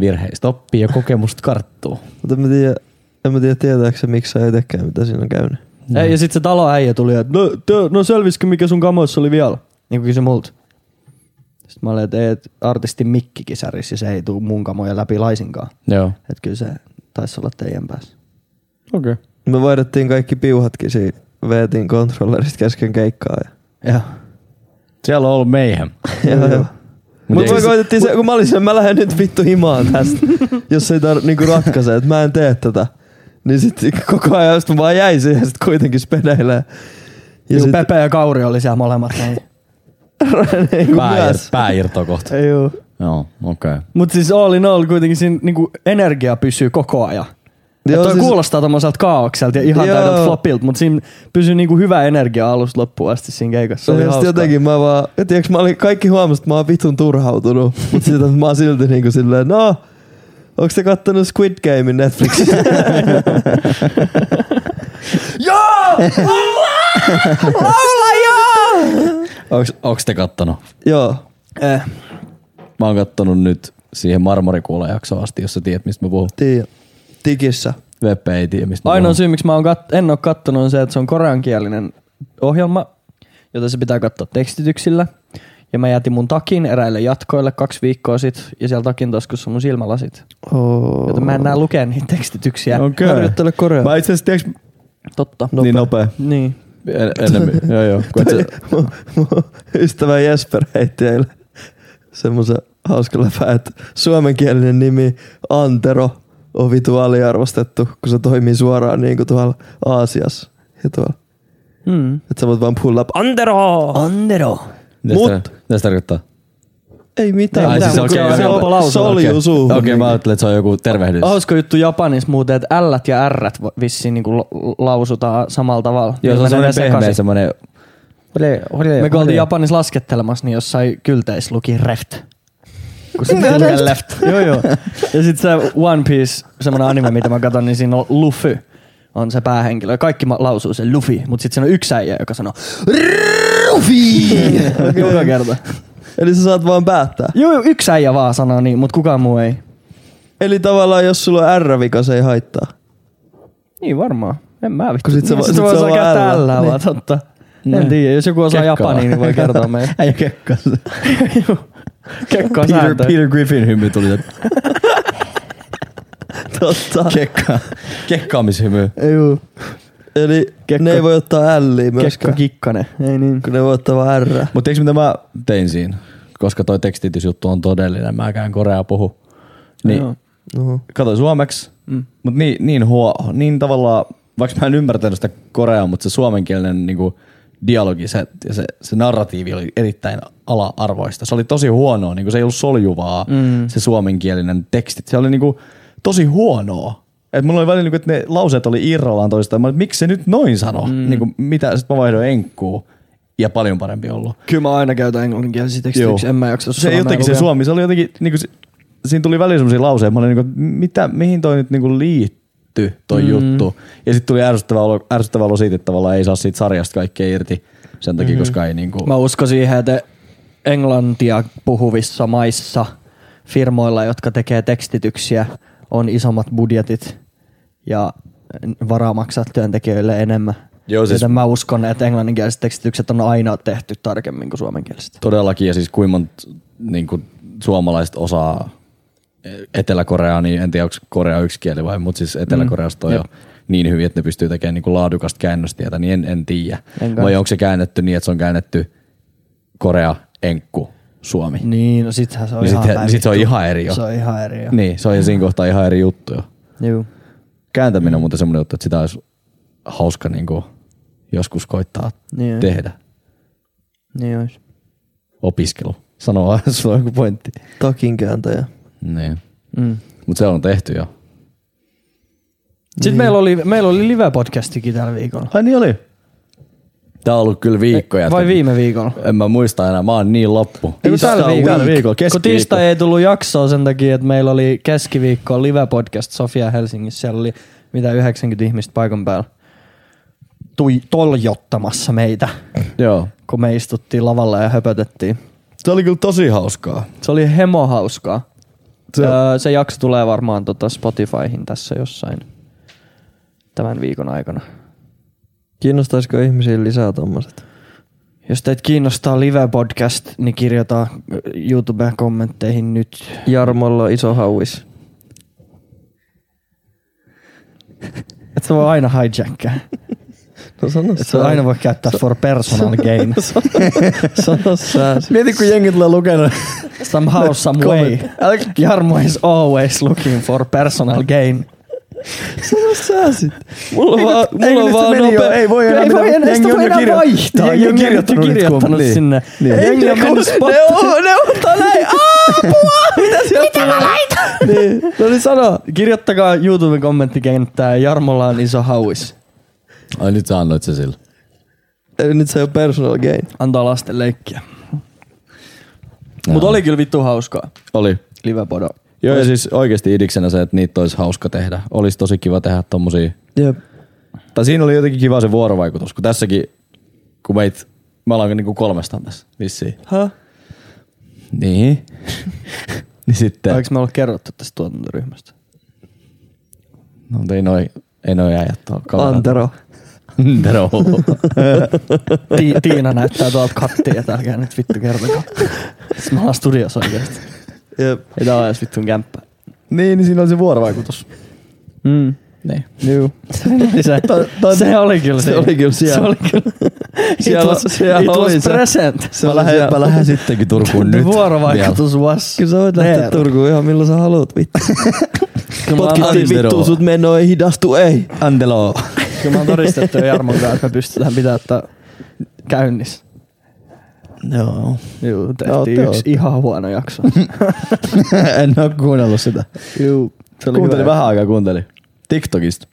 [SPEAKER 3] virheistä oppii ja kokemusta karttuu.
[SPEAKER 1] Mutta en mä tiedä, en mä tiedä tietääkö se miksi sä itsekään, mitä siinä on käynyt.
[SPEAKER 2] Mm. Ja sitten se Niin talon äijä tuli, että no, tö, no selvisikö mikä sun kamoissa oli vielä? Niin kuin kysyi multa. Sitten mä olin, että ei, et artistin mikkikin särisi ja se ei tuu mun kamoja läpi laisinkaan.
[SPEAKER 3] Joo.
[SPEAKER 2] Että kyllä se taisi olla teidän päässä.
[SPEAKER 3] Okei. Okay.
[SPEAKER 1] Me vaihdettiin kaikki piuhatkin siinä. Veetiin kontrollerista kesken keikkaa. Ja...
[SPEAKER 2] Joo.
[SPEAKER 3] Siellä on ollut meihem.
[SPEAKER 1] Joo, joo.
[SPEAKER 3] Mut
[SPEAKER 1] Mutta me
[SPEAKER 3] ei-
[SPEAKER 1] koitettiin se, kun mä olin sen, mä lähden nyt vittu himaan tästä, jos ei tar- niinku ratkaise, että mä en tee tätä. Niin sit koko ajan sit mä vaan jäin siihen ja sit kuitenkin spedeilee. Ja
[SPEAKER 2] Juu,
[SPEAKER 1] sit
[SPEAKER 2] Pepe ja Kauri oli siellä molemmat. Niin.
[SPEAKER 1] niinku
[SPEAKER 3] Pää,
[SPEAKER 1] myös.
[SPEAKER 3] ir- pää irtoaa kohta.
[SPEAKER 2] Joo.
[SPEAKER 3] Joo, okei. Okay.
[SPEAKER 2] Mutta siis all in all kuitenkin siinä niinku energia pysyy koko ajan. Joo,
[SPEAKER 1] Joo,
[SPEAKER 2] toi
[SPEAKER 1] siis-
[SPEAKER 2] kuulostaa tommoselta kaaukselta ja ihan
[SPEAKER 1] Joo.
[SPEAKER 2] täydeltä flopilta, mutta siinä pysyy niinku hyvä energia alusta loppuun asti siinä keikassa. Se
[SPEAKER 1] Se
[SPEAKER 2] oli
[SPEAKER 1] ja sit
[SPEAKER 2] hauskaa.
[SPEAKER 1] jotenkin mä vaan, ja tiiäks, mä olin, kaikki huomasi, että mä oon vitun turhautunut. Mut sitten mä oon silti niinku silleen, no, onks te kattonut Squid Gamein Netflixissä?
[SPEAKER 3] Onks, onks te kattonut?
[SPEAKER 1] Joo.
[SPEAKER 2] Eh,
[SPEAKER 3] Mä oon kattonut nyt siihen marmorikuulan jaksoon asti, jos sä tiedät, mistä mä puhun.
[SPEAKER 1] Tiiä. Tikissä.
[SPEAKER 3] Veppe ei tiedä, mistä mä
[SPEAKER 2] ainoa
[SPEAKER 3] puhun.
[SPEAKER 2] syy, miksi mä oon kat- en oo kattonut on se, että se on koreankielinen ohjelma, jota se pitää katsoa tekstityksillä. Ja mä jätin mun takin eräille jatkoille kaksi viikkoa sit, ja siellä takin taskussa on mun silmälasit.
[SPEAKER 1] Oh.
[SPEAKER 2] Joten mä en näe lukea niitä tekstityksiä.
[SPEAKER 3] Okei.
[SPEAKER 1] Harjoittele koreaa.
[SPEAKER 3] Mä itse asiassa tiedäks...
[SPEAKER 2] Totta.
[SPEAKER 3] Niin nopea.
[SPEAKER 2] Niin.
[SPEAKER 3] En, ennemmin. joo, joo. Kun et sä-
[SPEAKER 1] Mun- mun ystävä Jesper heitti eilen semmoisen hauskan läpä, että suomenkielinen nimi Antero on vitu aliarvostettu, kun se toimii suoraan niin kuin tuolla Aasiassa ja tuolla.
[SPEAKER 2] Mm.
[SPEAKER 1] Että sä voit vaan pull up Antero!
[SPEAKER 2] Andero.
[SPEAKER 3] Mitä
[SPEAKER 1] Mut-
[SPEAKER 3] se- mitä se tarkoittaa?
[SPEAKER 1] Ei mitään.
[SPEAKER 3] Ai
[SPEAKER 1] Mitä,
[SPEAKER 3] siis
[SPEAKER 1] mut
[SPEAKER 3] okei,
[SPEAKER 1] se
[SPEAKER 3] joo,
[SPEAKER 1] on
[SPEAKER 3] joo.
[SPEAKER 1] lausunut. solju
[SPEAKER 3] Okei.
[SPEAKER 1] suuhun.
[SPEAKER 3] Okei, mä ajattelin, että se on joku tervehdys.
[SPEAKER 2] Hauska juttu Japanissa muuten, että L ja R vissiin niinku lo- lausutaan samalla tavalla.
[SPEAKER 3] Joo, se on
[SPEAKER 2] Ne menee
[SPEAKER 3] semmonen pehmeä,
[SPEAKER 2] sekaisin.
[SPEAKER 3] semmonen...
[SPEAKER 2] Me kun oltiin Japanissa laskettelemassa, niin jossain kylteissä luki reft. Kun se piti lukea left. joo, joo. Ja sit se One Piece, semmonen anime, mitä mä katson, niin siinä on Luffy on se päähenkilö. Ja Kaikki ma- lausuu sen Luffy, mutta sitten siinä on yksi äijä, joka sanoo Luffy! joka kerta.
[SPEAKER 1] Eli sä saat vaan päättää.
[SPEAKER 2] Joo, joo, yksi äijä vaan sanoo niin, mutta kukaan muu ei.
[SPEAKER 1] Eli tavallaan jos sulla on R-vika, se ei haittaa.
[SPEAKER 2] Niin varmaan. En mä vittu.
[SPEAKER 1] Kun sit se
[SPEAKER 2] Niin,
[SPEAKER 1] va-
[SPEAKER 2] se
[SPEAKER 1] sit
[SPEAKER 2] voi
[SPEAKER 1] se
[SPEAKER 2] osaa
[SPEAKER 1] on Niin.
[SPEAKER 2] käyttää
[SPEAKER 1] älä.
[SPEAKER 2] ällää vaan totta. En tiedä, jos joku osaa
[SPEAKER 3] Kekkaa.
[SPEAKER 2] japania, niin voi kertoa meille.
[SPEAKER 3] Äijä kekkas.
[SPEAKER 2] Kekko on
[SPEAKER 3] Peter,
[SPEAKER 2] sääntö.
[SPEAKER 3] Peter Griffin hymy tuli. sieltä.
[SPEAKER 1] Totta.
[SPEAKER 3] Kekka. Kekkaamishymy.
[SPEAKER 2] Juu,
[SPEAKER 1] Eli
[SPEAKER 2] Kekko.
[SPEAKER 1] ne ei voi ottaa L
[SPEAKER 2] Kekko
[SPEAKER 1] myöskään,
[SPEAKER 2] Kikkonen. Ei niin.
[SPEAKER 1] kun ne voi ottaa vaan R.
[SPEAKER 3] Mutta tiedätkö mitä mä tein siinä? Koska toi tekstitysjuttu on todellinen, mä käyn koreaa puhu. Niin
[SPEAKER 2] Joo.
[SPEAKER 1] Uhu.
[SPEAKER 3] katsoin suomeksi, mm. mutta niin, niin, huo, niin tavallaan, vaikka mä en ymmärtänyt sitä koreaa, mutta se suomenkielinen niin kuin, dialogi se, ja se, se narratiivi oli erittäin ala-arvoista. Se oli tosi huonoa, niin kuin, se ei ollut soljuvaa, mm. se suomenkielinen tekstit. Se oli niin kuin, tosi huonoa. Et mulla oli välillä, niin kuin, että ne lauseet oli irrallaan toistaan. Mä olin, että miksi se nyt noin sano? Mm. Niin kuin, mitä? Sitten mä vaihdoin enkkuun ja paljon parempi ollut.
[SPEAKER 2] Kyllä mä aina käytän englanninkielisiä
[SPEAKER 3] Joo. Se ei
[SPEAKER 2] suomea
[SPEAKER 3] jotenkin se
[SPEAKER 2] lukea.
[SPEAKER 3] suomi, se oli jotenkin, niinku, se- siinä tuli välillä semmoisia lauseita, mä olin niinku, mitä, mihin toi nyt niinku liittyy toi mm. juttu. Ja sitten tuli ärsyttävä olo, ärsyttävä olo siitä, että tavallaan ei saa siitä sarjasta kaikkea irti sen takia, mm. koska ei niinku...
[SPEAKER 2] Mm-hmm. Mä uskon siihen, että englantia puhuvissa maissa firmoilla, jotka tekee tekstityksiä, on isommat budjetit ja varaa maksaa työntekijöille enemmän.
[SPEAKER 3] Joo, siis-
[SPEAKER 2] Joten mä uskon, että englanninkieliset tekstitykset on aina tehty tarkemmin kuin suomenkieliset.
[SPEAKER 3] Todellakin, ja siis kuinka monta niinku, suomalaiset osaa Etelä-Koreaa, niin en tiedä, onko Korea yksi kieli vai, mutta siis Etelä-Koreasta on
[SPEAKER 2] Mm,
[SPEAKER 3] jo niin hyvin, että ne pystyy tekemään niinku laadukasta käännöstietä, niin en, en tiedä.
[SPEAKER 2] En
[SPEAKER 3] Vai
[SPEAKER 2] kans.
[SPEAKER 3] onko se käännetty niin, että se on käännetty Korea, Enkku, Suomi.
[SPEAKER 2] Niin, no sittenhän se on
[SPEAKER 3] Niin
[SPEAKER 2] ihan
[SPEAKER 3] sit, sit se on
[SPEAKER 2] päivitty.
[SPEAKER 3] ihan eri jo.
[SPEAKER 2] Se on ihan eri jo.
[SPEAKER 3] Niin, se on jo siinä kohtaa ihan eri juttu jo.
[SPEAKER 2] Juu.
[SPEAKER 3] Kääntäminen
[SPEAKER 2] Mm.
[SPEAKER 3] on muuten semmoinen juttu, että sitä olisi hauska niin kuin joskus koittaa
[SPEAKER 2] Niin.
[SPEAKER 3] tehdä.
[SPEAKER 2] Niin ois.
[SPEAKER 3] Opiskelu. Sano vaan, jos sulla on joku pointti.
[SPEAKER 1] Takinkääntäjä.
[SPEAKER 3] Niin.
[SPEAKER 2] Mm.
[SPEAKER 3] Mutta se on tehty jo.
[SPEAKER 2] Sitten niin. meillä oli, meillä oli live-podcastikin tällä viikolla.
[SPEAKER 3] Ai niin oli. Tämä on ollut kyllä viikkoja.
[SPEAKER 2] Vai viime viikolla?
[SPEAKER 3] En mä muista enää, mä oon niin loppu.
[SPEAKER 2] Ei, kun tällä
[SPEAKER 3] Tää on
[SPEAKER 2] viikolla.
[SPEAKER 3] Tällä viikolla,
[SPEAKER 2] Kun
[SPEAKER 3] keskiviikko.
[SPEAKER 2] tiistai ei tullut jaksoa sen takia, että meillä oli keskiviikko live podcast Sofia Helsingissä. Siellä oli mitä 90 ihmistä paikan päällä tui toljottamassa meitä,
[SPEAKER 3] Joo.
[SPEAKER 2] kun me istuttiin lavalla ja höpötettiin.
[SPEAKER 3] Se oli kyllä tosi hauskaa.
[SPEAKER 2] Se oli hemo hauskaa.
[SPEAKER 3] Se-
[SPEAKER 2] Se, öö, se jakso tulee varmaan tota Spotifyhin tässä jossain tämän viikon aikana.
[SPEAKER 1] Kiinnostaisiko ihmisiä lisää tommoset?
[SPEAKER 2] Jos teitä kiinnostaa live-podcast, niin kirjoita YouTubeen kommentteihin nyt.
[SPEAKER 1] Jarmolla on iso hauis.
[SPEAKER 2] Et sä voi aina hijackkää.
[SPEAKER 1] No sano
[SPEAKER 2] Et sä aina voi käyttää for personal gain.
[SPEAKER 1] Sano sä.
[SPEAKER 3] Mieti, kun jengi tulee lukenut.
[SPEAKER 2] Somehow, some way. Jarmo is always looking for personal gain.
[SPEAKER 1] Sano sä sit. Mulla on
[SPEAKER 3] Ei,
[SPEAKER 1] vaan,
[SPEAKER 3] kun- ei,
[SPEAKER 1] mulla on
[SPEAKER 3] kun se
[SPEAKER 1] vaan no
[SPEAKER 3] meni jo,
[SPEAKER 1] nopea.
[SPEAKER 3] ei voi enää
[SPEAKER 2] Ei
[SPEAKER 3] mitään.
[SPEAKER 2] voi enää,
[SPEAKER 3] Jengi
[SPEAKER 2] sitä
[SPEAKER 3] on
[SPEAKER 2] voi
[SPEAKER 3] jo
[SPEAKER 2] enää
[SPEAKER 3] kirjo-
[SPEAKER 2] vaihtaa.
[SPEAKER 3] Jengi on
[SPEAKER 2] kirjoittanut,
[SPEAKER 3] kirjoittanut, nyt, kun-
[SPEAKER 2] kirjoittanut
[SPEAKER 3] niin.
[SPEAKER 2] sinne.
[SPEAKER 3] Niin.
[SPEAKER 2] Jengi on
[SPEAKER 1] kun-
[SPEAKER 2] mennyt spot.
[SPEAKER 1] Ne, on, ne ottaa näin. Apua! Mitä sieltä tulee? Niin.
[SPEAKER 2] No niin sano, kirjoittakaa YouTuben kommenttikenttään. Jarmolla on iso hauis.
[SPEAKER 3] Ai nyt sä annoit se sille.
[SPEAKER 1] Ei, Nyt se on personal gain.
[SPEAKER 2] Antaa lasten leikkiä. Mut oli kyllä vittu hauskaa.
[SPEAKER 3] Oli.
[SPEAKER 2] Livepodo.
[SPEAKER 3] Joo, ja siis oikeasti idiksenä se, että niitä olisi hauska tehdä. Olisi tosi kiva tehdä tommosia.
[SPEAKER 1] Jep.
[SPEAKER 3] Tai siinä oli jotenkin kiva se vuorovaikutus, kun tässäkin, kun meit, me ollaan niinku kolmestaan tässä, vissiin.
[SPEAKER 1] Häh?
[SPEAKER 3] Niin. niin sitten.
[SPEAKER 2] Eikö me olla kerrottu tästä tuotantoryhmästä?
[SPEAKER 3] No, mutta ei noi, ei noi äijät tuolla kaverilla.
[SPEAKER 1] Antero.
[SPEAKER 3] Antero.
[SPEAKER 2] Ti- Tiina näyttää tuolta kattia, että älkää nyt vittu kertokaa. Siis me ollaan studiossa oikeesti.
[SPEAKER 1] Jep.
[SPEAKER 2] Ei tää ole edes vittun kämppä.
[SPEAKER 3] niin, niin siinä oli se vuorovaikutus.
[SPEAKER 2] Mm.
[SPEAKER 3] Niin.
[SPEAKER 2] Juu. Se, Niin se, se oli kyllä
[SPEAKER 1] Se oli kyllä siellä.
[SPEAKER 2] Se oli kyllä.
[SPEAKER 1] Siellä-
[SPEAKER 2] it was,
[SPEAKER 1] siellä
[SPEAKER 2] it was
[SPEAKER 1] oli se.
[SPEAKER 2] present.
[SPEAKER 1] Se on siellä.
[SPEAKER 3] lähden sittenkin Turkuun
[SPEAKER 2] The vuorovaikutus was
[SPEAKER 1] Kyllä sä voit lähteä
[SPEAKER 2] there.
[SPEAKER 1] Turkuun ihan milloin sä haluat. Vittu.
[SPEAKER 2] Kyllä mä oon-
[SPEAKER 1] Potkittiin
[SPEAKER 3] Antero.
[SPEAKER 1] vittu sut menoa, ei hidastu, ei.
[SPEAKER 3] Antelo.
[SPEAKER 2] Kyllä mä oon todistettu jo Jarmon kanssa, että me pystytään pitää tää käynnissä.
[SPEAKER 3] Joo.
[SPEAKER 2] Juu, tehtiin
[SPEAKER 1] Ootte,
[SPEAKER 2] yksi
[SPEAKER 1] ootte.
[SPEAKER 2] ihan huono jakso.
[SPEAKER 3] en oo kuunnellut sitä.
[SPEAKER 2] Juu, se oli
[SPEAKER 3] Kuuntelin
[SPEAKER 2] hyvä.
[SPEAKER 3] vähän aikaa, kuuntelin. TikTokista.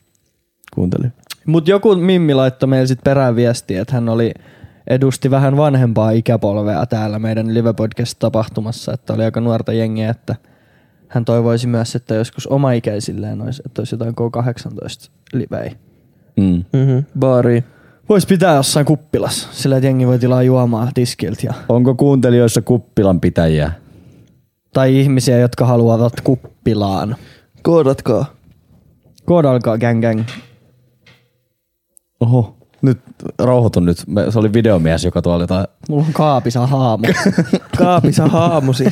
[SPEAKER 3] Kuuntelin.
[SPEAKER 2] Mut joku Mimmi laittoi meille sit perään viestiä, että hän oli edusti vähän vanhempaa ikäpolvea täällä meidän Live Podcast-tapahtumassa, että oli aika nuorta jengiä, että hän toivoisi myös, että joskus omaikäisilleen olisi, että olisi jotain K18 livei.
[SPEAKER 3] Mm.
[SPEAKER 1] Mm-hmm. Baari.
[SPEAKER 2] Voisi pitää jossain kuppilas, sillä että jengi voi tilaa juomaa tiskiltä ja,
[SPEAKER 3] Onko kuuntelijoissa kuppilan pitäjiä?
[SPEAKER 2] tai ihmisiä, jotka haluavat kuppilaan.
[SPEAKER 1] Koodatkaa.
[SPEAKER 2] Koodalkaa gang gang.
[SPEAKER 3] Oho. Nyt rauhoitun nyt. Me- Se oli videomies, joka tuolla jotain.
[SPEAKER 2] Mulla on kaapissa haamu.
[SPEAKER 1] Kaapissa haamusi.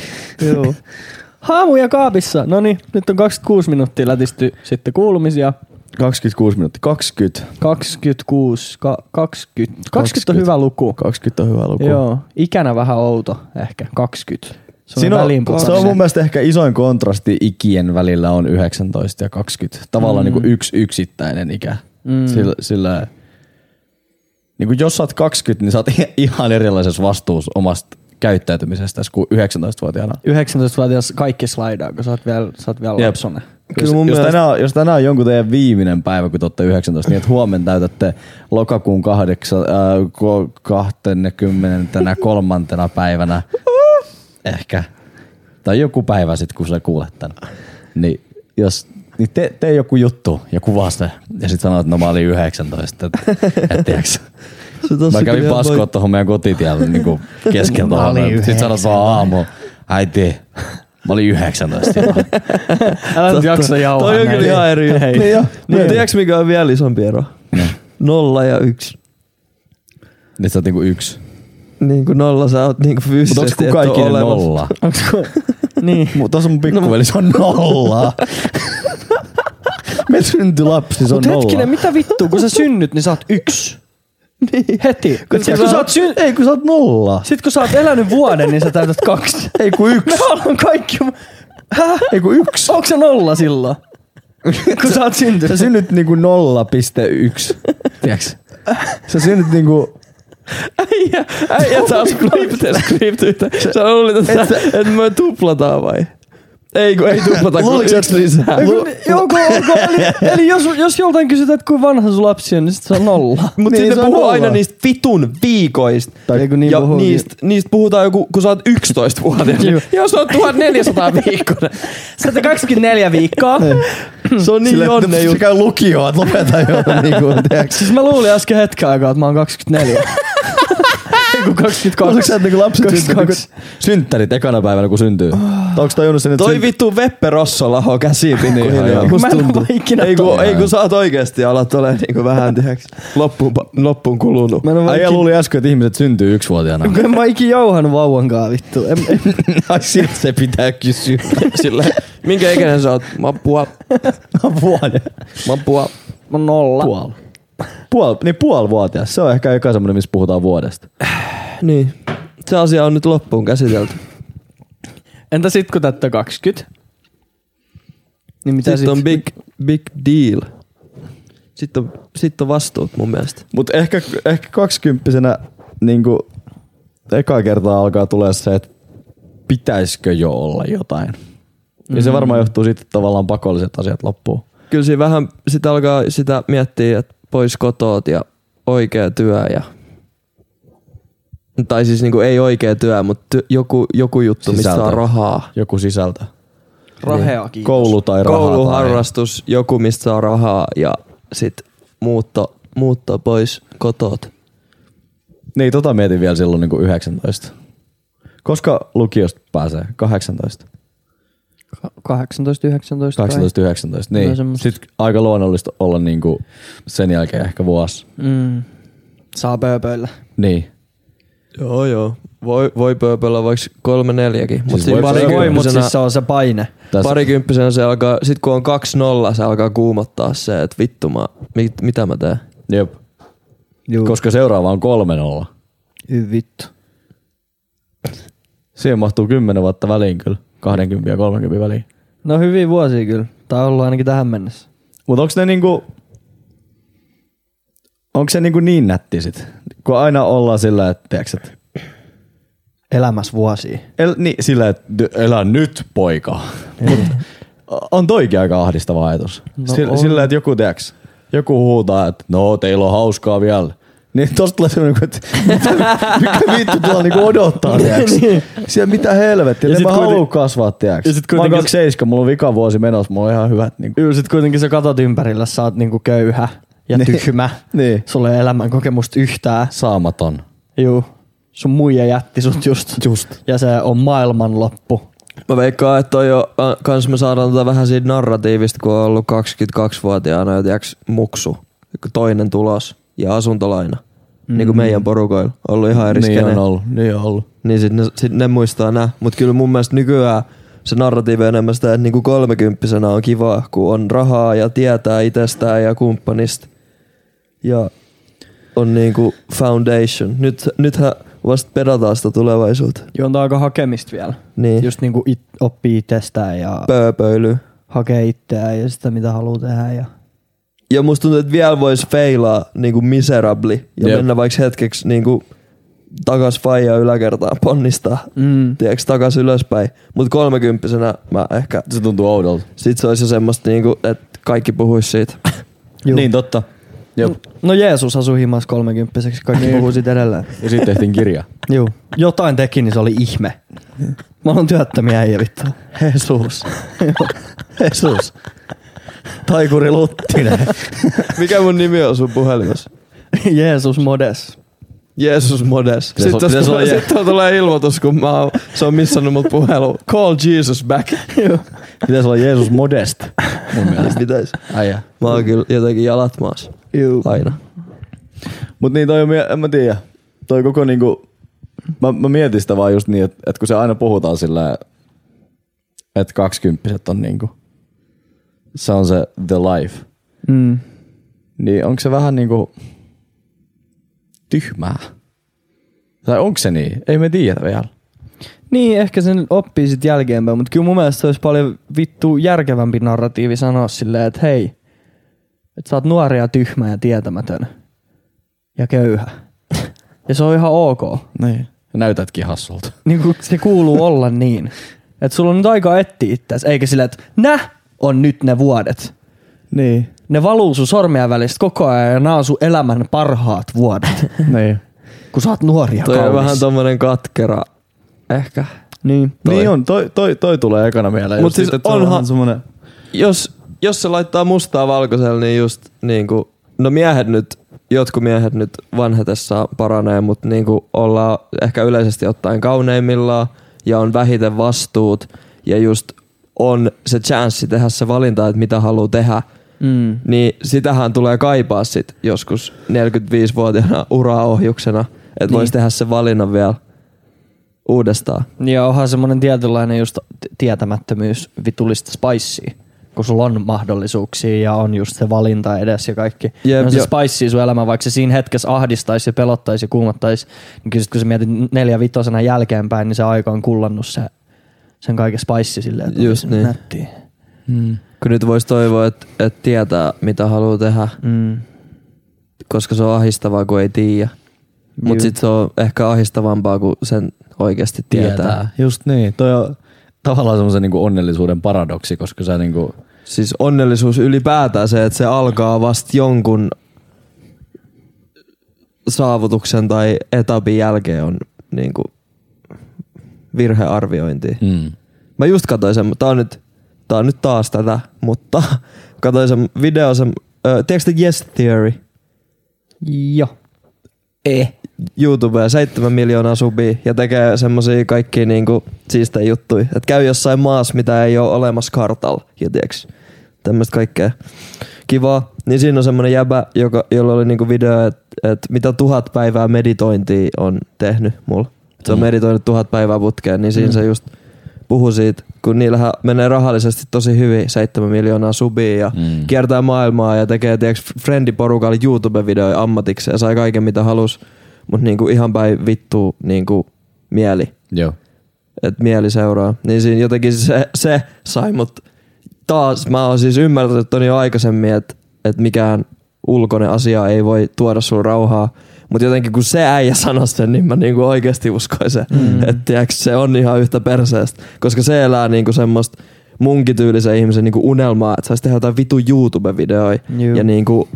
[SPEAKER 1] Joo.
[SPEAKER 2] Haamuja kaapissa. No niin, nyt on 26 minuuttia lätisty sitten kuulumisia.
[SPEAKER 3] 26 minuuttia. 20.
[SPEAKER 2] 26, ka, 20. 20 on hyvä luku.
[SPEAKER 3] 20 on hyvä luku.
[SPEAKER 2] Joo, ikänä vähän outo ehkä, 20. Se
[SPEAKER 3] Siinä on,
[SPEAKER 2] väliinputoaminen.
[SPEAKER 3] se on mun mielestä ehkä isoin kontrasti ikien välillä on 19 ja 20. Tavallaan mm. niin kuin yksi yksittäinen ikä. Mm. Sillä, sillä niin kuin jos sä oot 20, niin sä oot i- ihan erilaisessa vastuussa omasta käyttäytymisestäsi kuin 19-vuotiaana.
[SPEAKER 2] 19-vuotias kaikki slaidaa, kun sä oot vielä, sä oot vielä
[SPEAKER 3] Jep.
[SPEAKER 2] lapsone.
[SPEAKER 1] Kyllä mun
[SPEAKER 3] jos,
[SPEAKER 1] mielestä-
[SPEAKER 3] tänään, on- jos tänään on jonkun teidän viimeinen päivä, kun te olette 19, niin että huomenna täytätte lokakuun kahdeksa, äh, ko- 23. päivänä ehkä, tai joku päivä sitten, kun sä kuulet tämän, niin jos niin te, tee joku juttu ja kuvaa sitä. Ja sitten sanoo, että no mä olin 19. Että, et, tiiäks.
[SPEAKER 1] Se tossa
[SPEAKER 3] mä kävin
[SPEAKER 1] kyllä ihan
[SPEAKER 3] paskoa
[SPEAKER 1] voi-
[SPEAKER 3] tuohon meidän kotitielle niin kuin keskellä
[SPEAKER 2] Mä olin
[SPEAKER 3] tuohon. Sitten sanot vaan aamu, äiti, mä olin 19.
[SPEAKER 2] Älä nyt jaksa jauhaa
[SPEAKER 1] Toi on kyllä
[SPEAKER 2] näitä.
[SPEAKER 1] ihan eri juttu.
[SPEAKER 2] Hei.
[SPEAKER 1] Niin jo.
[SPEAKER 2] Niin.
[SPEAKER 1] Niin. Tiedätkö mikä on vielä isompi ero?
[SPEAKER 3] No.
[SPEAKER 1] Nolla ja yksi.
[SPEAKER 3] Nyt sä oot niinku yksi.
[SPEAKER 1] Niin kuin nolla sä oot niin kuin
[SPEAKER 3] Mutta onko
[SPEAKER 1] fyysisesti
[SPEAKER 3] kukaan
[SPEAKER 1] et oo
[SPEAKER 3] ikinä
[SPEAKER 1] olemassa.
[SPEAKER 3] nolla?
[SPEAKER 2] Niin.
[SPEAKER 3] Mutta on mun
[SPEAKER 1] No.
[SPEAKER 3] pikkuveli, se on nolla. Me synty lapsi, se on
[SPEAKER 2] Mut hetkinen,
[SPEAKER 3] nolla.
[SPEAKER 2] mitä vittu, kun sä synnyt, niin sä oot yksi. niin. Heti. Kun sä, kun sä oot syn...
[SPEAKER 3] Ei, kun sä oot nolla.
[SPEAKER 2] Sit kun sä oot elänyt vuoden, niin sä täytät kaksi.
[SPEAKER 3] Ei, kun yksi.
[SPEAKER 2] Me ollaan kaikki... Häh?
[SPEAKER 3] Ei, kun yksi.
[SPEAKER 2] Onko se nolla silloin? kun sä oot
[SPEAKER 3] Sä
[SPEAKER 2] syntynyt.
[SPEAKER 3] synnyt niinku 0,1. Tiiäks? Sä synnyt niinku...
[SPEAKER 1] Äijä, äijä taas scriptä, scriptyitä. Niin, Sä luulit, että, että, että me tuplataan vai? Ei kun ei tuplata, kun
[SPEAKER 3] Luuliko sä-
[SPEAKER 1] yksi lisää.
[SPEAKER 2] Ei, kun- joo, kun- kun- eli, eli jos, jos joltain kysytään, että kuinka vanha sun lapsi on, niin sit se on nolla.
[SPEAKER 1] Mutta
[SPEAKER 3] Niin,
[SPEAKER 1] niin,
[SPEAKER 3] se
[SPEAKER 1] sitten
[SPEAKER 3] on
[SPEAKER 1] puhuu
[SPEAKER 3] nolla.
[SPEAKER 1] aina niistä vitun viikoista.
[SPEAKER 2] Tai- Ei, kun niin
[SPEAKER 1] ja
[SPEAKER 2] puhuukin.
[SPEAKER 1] niistä, niistä puhutaan joku, kun sä oot 11-vuotias.
[SPEAKER 2] Juu.
[SPEAKER 1] niin Jos on 1400 viikkoa.
[SPEAKER 2] Sä 24 viikkoa.
[SPEAKER 1] Se on niin jonne
[SPEAKER 3] Se
[SPEAKER 1] juttu.
[SPEAKER 3] käy lukioon, että lopeta jo. Niinku, tiiäks?
[SPEAKER 2] Siis mä luulin äsken hetken aikaa, että mä oon 24. kuin 22.
[SPEAKER 1] Osaatko sä, että niinku lapset syntyy?
[SPEAKER 3] Synttärit- niinku Synttärit ekana päivänä, kun syntyy. Onko tajunnut sen, että
[SPEAKER 1] Ah. Toi
[SPEAKER 3] syn-
[SPEAKER 1] vittu Veppe Rosso laho käsiin
[SPEAKER 3] joo.
[SPEAKER 1] pikkuhiljaa.
[SPEAKER 3] Musta
[SPEAKER 2] Mä en oo ikinä
[SPEAKER 1] niin. Ei kun,
[SPEAKER 2] tullut.
[SPEAKER 1] ei kun sä oot oikeesti alat ole niinku vähän tiiäks, loppuun, pa- loppuun kulunut.
[SPEAKER 2] Mä en oo
[SPEAKER 3] Äijä
[SPEAKER 2] vaikin-
[SPEAKER 3] luuli äsken, että ihmiset syntyy yksivuotiaana.
[SPEAKER 2] Kun en mä ikin jauhan vauvankaan vittu. En, en,
[SPEAKER 3] Ai siltä se pitää kysyä.
[SPEAKER 1] Sillä, minkä ikäinen sä oot? Mä oon puol.
[SPEAKER 3] Vuoden.
[SPEAKER 1] Mä oon puol.
[SPEAKER 2] mä oon nolla.
[SPEAKER 3] Puoli. Puol, niin puoli vuotias. Se on ehkä eka semmoinen, missä puhutaan vuodesta.
[SPEAKER 1] Niin. Se asia on nyt loppuun käsitelty.
[SPEAKER 2] Entä sit kun täyttää 20? Niin mitä
[SPEAKER 1] Sitten
[SPEAKER 2] sit?
[SPEAKER 1] on big, big deal. Sitten on, sit on vastuut mun mielestä.
[SPEAKER 3] Mutta ehkä, ehkä kaksikymppisenä niin kuin, eka kertaa alkaa tulee se, että pitäisikö jo olla jotain. Mm. Ja se varmaan johtuu siitä, että tavallaan pakolliset asiat loppuu.
[SPEAKER 1] Kyllä siinä vähän sitä alkaa sitä miettiä, että pois kotoot ja oikea työ ja tai siis niinku ei oikea työ, mutta ty- joku, joku juttu, mistä saa
[SPEAKER 3] Sisältö.
[SPEAKER 1] rahaa.
[SPEAKER 3] Joku sisältö.
[SPEAKER 2] Rahea kiitos.
[SPEAKER 3] Koulu tai raha. tai...
[SPEAKER 1] Kouluharrastus, joku mistä saa rahaa ja sit muutto, muutto pois kotoot.
[SPEAKER 3] Niin, tota mietin vielä silloin niin kuin 19. Koska lukiosta pääsee? 18.
[SPEAKER 2] 18, 19.
[SPEAKER 3] 18, 19. Niin.
[SPEAKER 2] Jotain semmoista.
[SPEAKER 3] Sitten aika luonnollista olla niin kuin sen jälkeen ehkä vuosi.
[SPEAKER 2] Mm. Saa pööpöillä.
[SPEAKER 3] Niin.
[SPEAKER 1] Joo joo. Voi, voi pööpöllä vaikka kolme neljäkin. Mut
[SPEAKER 3] Siis
[SPEAKER 1] siis siinä
[SPEAKER 3] voi
[SPEAKER 2] Pari
[SPEAKER 3] pööpöllä.
[SPEAKER 2] voi, mutta
[SPEAKER 1] parikymppisenä,
[SPEAKER 2] siis se on se paine.
[SPEAKER 3] Tässä Pari...
[SPEAKER 1] parikymppisenä se alkaa, sit kun on kaksi nolla, se alkaa kuumottaa se, että vittu mä, mit, mitä mä teen.
[SPEAKER 3] Jep.
[SPEAKER 2] Juu.
[SPEAKER 3] Koska seuraava on 3-0.
[SPEAKER 2] Hyvin vittu.
[SPEAKER 3] Siihen mahtuu 10 vuotta väliin kyllä. 20 ja 30 väliin.
[SPEAKER 2] No hyviä vuosia kyllä. Tää on ollut ainakin tähän mennessä.
[SPEAKER 3] Mut onks ne niinku... Onks se niinku niin nätti sit? Kun aina ollaan sillä, että tiiäks, et,
[SPEAKER 2] Elämässä vuosia.
[SPEAKER 3] el, niin, sillä, että dy- elä nyt poika. Mut on toikin aika ahdistava ajatus. No sillä,
[SPEAKER 2] Niin. on.
[SPEAKER 3] sillä, että joku tiiäks, joku huutaa, että no teillä on hauskaa vielä. Niin tosta tulee semmoinen, että mikä vittu tuolla niinku odottaa, tiiäks. Siellä mitä helvettiä,
[SPEAKER 2] Niin, Ja
[SPEAKER 3] en
[SPEAKER 2] sit
[SPEAKER 3] mä
[SPEAKER 2] kuiten-
[SPEAKER 3] haluu kasvaa, tiiäks.
[SPEAKER 2] Ja sit
[SPEAKER 3] Mä oon
[SPEAKER 2] kuitenkin-
[SPEAKER 3] 27, mulla on vika vuosi menossa, mulla on ihan hyvät niinku.
[SPEAKER 2] Juu, sit kuitenkin sä katot ympärillä, sä oot niinku köyhä ja
[SPEAKER 3] Niin.
[SPEAKER 2] tyhmä.
[SPEAKER 3] Niin.
[SPEAKER 2] Sulla ei elämän kokemusta yhtään.
[SPEAKER 3] Saamaton.
[SPEAKER 2] Juu. Sun muija jätti sut just.
[SPEAKER 3] Just.
[SPEAKER 2] Ja se on maailmanloppu.
[SPEAKER 1] Mä veikkaan, että toi jo, äh, kans me saadaan tota vähän siitä narratiivista, kun on ollut 22-vuotiaana jotiäks muksu, joku toinen tulos ja asuntolaina. Mm. Niin kuin meidän porukoilla. Ollut ihan eri
[SPEAKER 3] Niin
[SPEAKER 1] skene.
[SPEAKER 3] on ollut, niin on ollut.
[SPEAKER 1] Niin sit ne, sit ne muistaa nää. Mut kyllä mun mielestä nykyään se narratiivi on enemmän sitä, että niinku kolmekymppisenä on kiva, kun on rahaa ja tietää itsestään ja kumppanista. Ja on niinku foundation. Nyt, nythän vasta pedataan sitä tulevaisuutta.
[SPEAKER 2] Joo, on aika hakemista vielä.
[SPEAKER 1] Niin.
[SPEAKER 2] Just niinku it, oppii itsestään ja
[SPEAKER 1] Pööpöily.
[SPEAKER 2] hakee itseään ja sitä mitä haluaa tehdä. Ja...
[SPEAKER 1] Ja musta tuntuu, että vielä voisi feilaa niinku miserabli ja
[SPEAKER 3] Jep.
[SPEAKER 1] Jep. mennä vaikka hetkeksi niinku takas faija yläkertaan ponnistaa.
[SPEAKER 2] Mm.
[SPEAKER 1] Tiedätkö, takas ylöspäin. Mut kolmekymppisenä mä ehkä
[SPEAKER 3] Se tuntuu oudolta.
[SPEAKER 1] Sit se olisi jo semmoista, niinku, että kaikki puhuis siitä.
[SPEAKER 2] Juu.
[SPEAKER 3] Niin totta. Jep.
[SPEAKER 2] No Jeesus asui himas kolmekymppiseksi, kaikki
[SPEAKER 3] Niin.
[SPEAKER 2] puhuu siitä edelleen.
[SPEAKER 3] Ja sitten tehtiin kirja.
[SPEAKER 2] Juu. Jotain teki, niin se oli ihme. Mä oon työttömiä äijä vittu.
[SPEAKER 3] Jeesus. Jeesus. Taikuri Luttinen.
[SPEAKER 1] Mikä mun nimi on sun puhelimessa?
[SPEAKER 2] Jeesus modes.
[SPEAKER 1] Jeesus Modes. Sitten
[SPEAKER 3] pitäis
[SPEAKER 1] tos-
[SPEAKER 3] olla Je-
[SPEAKER 1] sitten tulee ilmoitus, kun mä oon, se on missannut mut puhelu. Call Jesus back.
[SPEAKER 3] Pitäisi olla Jeesus Modest. Mun mielestä.
[SPEAKER 1] Pitäis.
[SPEAKER 3] Äijä.
[SPEAKER 1] Mä oon kyllä jotenkin jalat maassa.
[SPEAKER 2] Juu.
[SPEAKER 1] Aina.
[SPEAKER 3] Mut niin toi on, mie- en mä tiedä. Toi koko niinku, mä, mä mietin sitä vaan just niin, että et kun se aina puhutaan sillä, että kaksikymppiset on niinku, se on se the life.
[SPEAKER 2] Mm.
[SPEAKER 3] Niin onko se vähän niinku tyhmää? Tai onko se niin? Ei me tiedä vielä.
[SPEAKER 2] Niin, ehkä sen oppii sit jälkeenpäin, mutta kyllä mun mielestä se olisi paljon vittu järkevämpi narratiivi sanoa silleen, että hei, että sä oot nuori ja tyhmä ja tietämätön ja köyhä. Ja se on ihan ok.
[SPEAKER 3] Niin. Näytätkin hassulta.
[SPEAKER 2] Niin kuin se kuuluu olla niin. Että sulla on nyt aika etsiä itseäsi, eikä silleen, että nä on nyt ne vuodet.
[SPEAKER 3] Niin.
[SPEAKER 2] Ne valuu sun sormien välistä koko ajan ja nää on sun elämän parhaat vuodet,
[SPEAKER 3] Niin.
[SPEAKER 2] kun sä oot nuori ja
[SPEAKER 1] Toi on
[SPEAKER 2] kaunis.
[SPEAKER 1] vähän tommonen katkera. Ehkä.
[SPEAKER 2] niin.
[SPEAKER 1] Toi.
[SPEAKER 3] Niin on, toi, toi, toi tulee ekana mieleen.
[SPEAKER 1] Mut
[SPEAKER 3] just
[SPEAKER 1] siis
[SPEAKER 3] siitä, että se on
[SPEAKER 1] onhan-
[SPEAKER 3] vähän semmonen...
[SPEAKER 1] Jos, jos se laittaa mustaa valkoiselle, niin just niinku, no niin miehet nyt jotkut miehet nyt vanhetessa paranee, mutta niin kuin ollaan ehkä yleisesti ottaen kauneimmillaan ja on vähiten vastuut ja just on se chanssi tehdä se valinta, että mitä haluaa tehdä,
[SPEAKER 2] Mm.
[SPEAKER 1] niin sitähän tulee kaipaa sit joskus 45-vuotiaana uraohjuksena, että niin.
[SPEAKER 2] Niin.
[SPEAKER 1] voisi tehdä sen valinnan vielä uudestaan.
[SPEAKER 2] Ja onhan semmoinen tietynlainen just t- tietämättömyys vitulista spicea, kun sulla on mahdollisuuksia ja on just se valinta edes ja kaikki.
[SPEAKER 1] Jep,
[SPEAKER 2] Jep, on se
[SPEAKER 1] jo-
[SPEAKER 2] spicea sun elämä, vaikka se siinä hetkessä ahdistaisi ja pelottaisi ja kuumattaisi, niin kyllä sit kun sä mietit neljä vitosena jälkeenpäin, niin se aika on kullannut se, sen kaiken spice silleen, että
[SPEAKER 1] Just
[SPEAKER 2] olisi
[SPEAKER 1] niin.
[SPEAKER 2] nättiä.
[SPEAKER 3] Mm.
[SPEAKER 1] Kun nyt voisi toivoa, että et tietää, mitä haluaa tehdä,
[SPEAKER 2] Mm.
[SPEAKER 1] koska se on ahistavaa, kun ei tiedä.
[SPEAKER 2] Juu.
[SPEAKER 1] Mutta sitten se on ehkä ahistavampaa, kun sen oikeasti tietää. tietää.
[SPEAKER 3] Just niin. Toi on tavallaan semmoisen niinku onnellisuuden paradoksi, koska sä niinku...
[SPEAKER 1] Siis onnellisuus ylipäätään se, että se alkaa vasta jonkun saavutuksen tai etapin jälkeen on niinku virhearviointi.
[SPEAKER 3] Mm.
[SPEAKER 1] Mä just katsoin sen, tää on nyt, tää on nyt taas tätä, mutta katsoin sen video, sen, ö, tiedätkö te Yes Theory?
[SPEAKER 2] Joo.
[SPEAKER 1] Eh. YouTubeen 7 miljoonaa subia ja tekee semmosia kaikki niinku siistejä juttuja. Että käy jossain maassa, mitä ei ole olemassa kartalla. Ja tiiäks, tämmöistä kaikkea kivaa. Niin siinä on semmonen jäbä, joka, jolla oli niinku video, että et mitä tuhat päivää meditointia on tehnyt mulla. Et se on
[SPEAKER 3] Mm.
[SPEAKER 1] meditoinut tuhat päivää putkeen, niin siinä mm. se just puhuu siitä, kun niillähän menee rahallisesti tosi hyvin, 7 miljoonaa subia ja
[SPEAKER 3] Mm.
[SPEAKER 1] kiertää maailmaa ja tekee tiiäks, friendiporukalle YouTube-videoja ammatikseen ja sai kaiken mitä halus, mutta niinku ihan päin vittuu niinku mieli,
[SPEAKER 3] Joo.
[SPEAKER 1] että mieli seuraa. Niin siinä jotenkin se, se sai mut taas, mä oon siis ymmärtänyt ton jo aikaisemmin, että et mikään ulkoinen asia ei voi tuoda sun rauhaa, mutta jotenkin kun se äijä sanoi sen, niin mä niinku oikeasti uskoin sen, mm. että se on ihan yhtä perseestä, koska se elää niinku semmoista munkityylisen ihmisen niinku unelmaa, että saisi tehdä jotain vitu YouTube-videoja
[SPEAKER 2] Juu.
[SPEAKER 1] ja niinku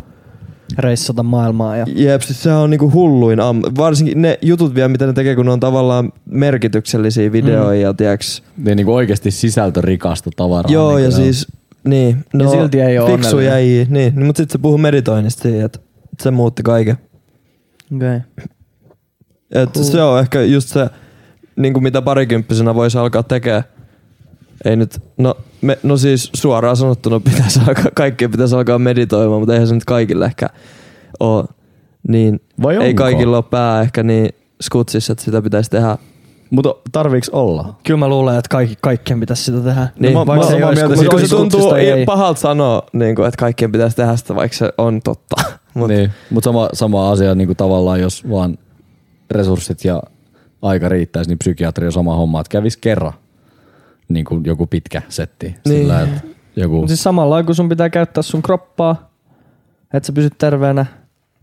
[SPEAKER 2] Reissata maailmaa ja
[SPEAKER 1] Jep, siis sehän on niinku hulluin am. Varsinkin ne jutut vielä, mitä ne tekee, kun ne on tavallaan merkityksellisiä videoja mm. ja tiiäks.
[SPEAKER 3] Niin niinku oikeasti sisältörikasta tavaraa.
[SPEAKER 1] Joo,
[SPEAKER 3] niinku
[SPEAKER 1] ja
[SPEAKER 3] ne on.
[SPEAKER 1] siis, niin. No,
[SPEAKER 2] Ja silti ei oo
[SPEAKER 1] Fiksuja
[SPEAKER 2] onnellinen.
[SPEAKER 1] ei, niin. niin mutta sitten se puhuu meditoinnista siihen, että se muutti kaiken.
[SPEAKER 2] okay.
[SPEAKER 1] Et
[SPEAKER 2] Cool.
[SPEAKER 1] Se on ehkä just se, niinku mitä parikymppisenä voisi alkaa tekemään. Ei nyt, no, me, no siis suoraan sanottuna pitäisi alkaa, kaikkien pitäisi alkaa meditoimaan, mutta eihän se nyt kaikille ehkä ole niin
[SPEAKER 3] Vai
[SPEAKER 1] Ei
[SPEAKER 3] onko?
[SPEAKER 1] kaikilla ole pää ehkä niin skutsissa, että sitä pitäisi tehdä.
[SPEAKER 3] Mutta tarviiks olla?
[SPEAKER 2] Kyllä mä luulen, että kaikki, kaikkien pitäisi sitä tehdä.
[SPEAKER 1] Niin,
[SPEAKER 3] mä- mä
[SPEAKER 1] vaikka
[SPEAKER 3] oon
[SPEAKER 1] se
[SPEAKER 3] samaa
[SPEAKER 1] ei olisi-
[SPEAKER 3] mieltä
[SPEAKER 1] kun-
[SPEAKER 3] siitä,
[SPEAKER 1] kun se
[SPEAKER 3] että
[SPEAKER 1] tuntuu
[SPEAKER 2] skutsista ei-
[SPEAKER 1] pahalta sanoa, niin kuin, että kaikkien pitäisi tehdä sitä, vaikka se on totta. Mut,
[SPEAKER 3] Mutta niin. Mut sama, sama asia niinku tavallaan, jos vaan resurssit ja aika riittäisi, niin psykiatri on sama homma, että kävis kerran niin kuin joku pitkä setti. Sillä,
[SPEAKER 1] Niin.
[SPEAKER 3] että joku...
[SPEAKER 2] Mut siis samalla lailla, kun sun pitää käyttää sun kroppaa, että sä pysyt terveenä,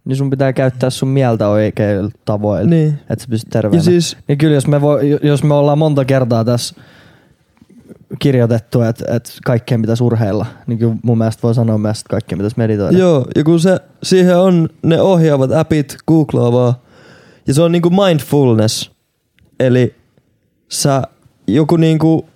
[SPEAKER 2] niin sun pitää käyttää sun mieltä oikeilla tavoilla, niin.
[SPEAKER 1] niin.
[SPEAKER 2] että sä pysyt terveenä.
[SPEAKER 1] Ja siis,
[SPEAKER 2] Niin kyllä, jos me, voi, jos me ollaan monta kertaa tässä kirjoitettu, että, että kaikkeen pitäisi urheilla, niin kyllä mun mielestä voi sanoa myös, että kaikkeen pitäisi meditoida.
[SPEAKER 1] joo, ja kun se, siihen on ne ohjaavat appit, googlaa vaan. Ja se on niinku mindfulness. Eli sä joku niinku,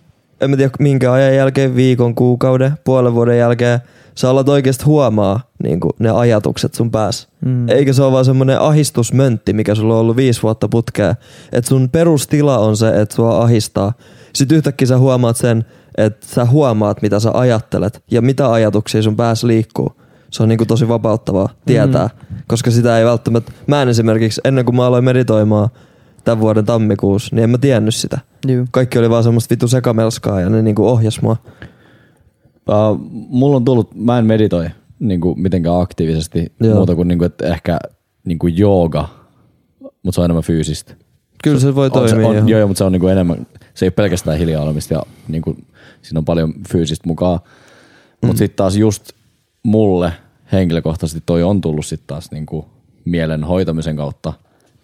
[SPEAKER 1] en mä tiedä minkä ajan jälkeen, viikon, kuukauden, puolen vuoden jälkeen, sä alat oikeasti huomaa niinku, ne ajatukset sun päässä.
[SPEAKER 2] Mm.
[SPEAKER 1] Eikä se ole vaan semmoinen ahistusmöntti, mikä sulla on ollut viisi vuotta putkea. Että sun perustila on se, että sua ahistaa. Sitten yhtäkkiä sä huomaat sen, että sä huomaat, mitä sä ajattelet ja mitä ajatuksia sun päässä liikkuu. Se on niinku tosi vapauttavaa tietää, mm. koska sitä ei välttämättä... Mä en esimerkiksi, ennen kuin mä aloin meditoimaan tämän vuoden tammikuussa, niin en mä tiennyt sitä.
[SPEAKER 2] Juu.
[SPEAKER 1] Kaikki oli vaan semmoista vitu sekamelskaa ja ne niinku ohjas mua.
[SPEAKER 3] Uh, mulla on tullut, mä en meditoi niin kuin mitenkään aktiivisesti
[SPEAKER 1] Joo.
[SPEAKER 3] Joo. muuta kuin, niin kuin että ehkä niin kuin jooga, mutta se on enemmän fyysistä.
[SPEAKER 1] Kyllä se voi
[SPEAKER 3] on se,
[SPEAKER 1] toimia.
[SPEAKER 3] on,
[SPEAKER 1] ihan.
[SPEAKER 3] joo, joo, mutta se on niin kuin enemmän, se ei ole pelkästään hiljaa olemista ja niin kuin, siinä on paljon fyysistä mukaan.
[SPEAKER 1] Mm.
[SPEAKER 3] Mutta sitten taas just mulle henkilökohtaisesti toi on tullut sitten taas niin kuin mielen hoitamisen kautta,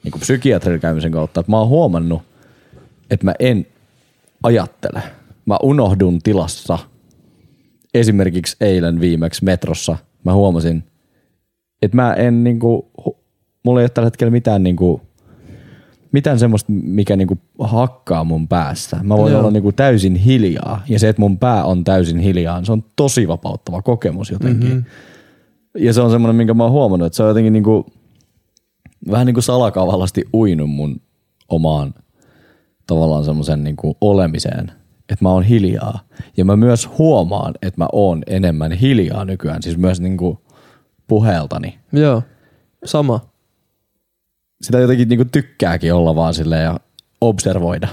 [SPEAKER 3] niin kuin psykiatrin käymisen kautta, että mä oon huomannut, että mä en ajattele. Mä unohdun tilassa. Esimerkiksi eilen viimeksi metrossa mä huomasin, että mä en niinku, hu- mulla ei ole tällä hetkellä mitään niinku, mitään semmoista, mikä niinku hakkaa mun päässä. Mä voin Joo. olla niinku täysin hiljaa. Ja se, että mun pää on täysin hiljaa, se on tosi vapauttava kokemus jotenkin. Mm-hmm. Ja se on semmoinen, minkä mä oon huomannut, että se on jotenkin niinku, vähän niin kuin salakavallasti uinut mun omaan tavallaan semmoisen niin kuin olemiseen, että mä oon hiljaa. Ja mä myös huomaan, että mä oon enemmän hiljaa nykyään, siis myös niin kuin puheeltani.
[SPEAKER 1] Joo, sama.
[SPEAKER 3] Sitä jotenkin niin kuin tykkääkin olla vaan silleen ja observoida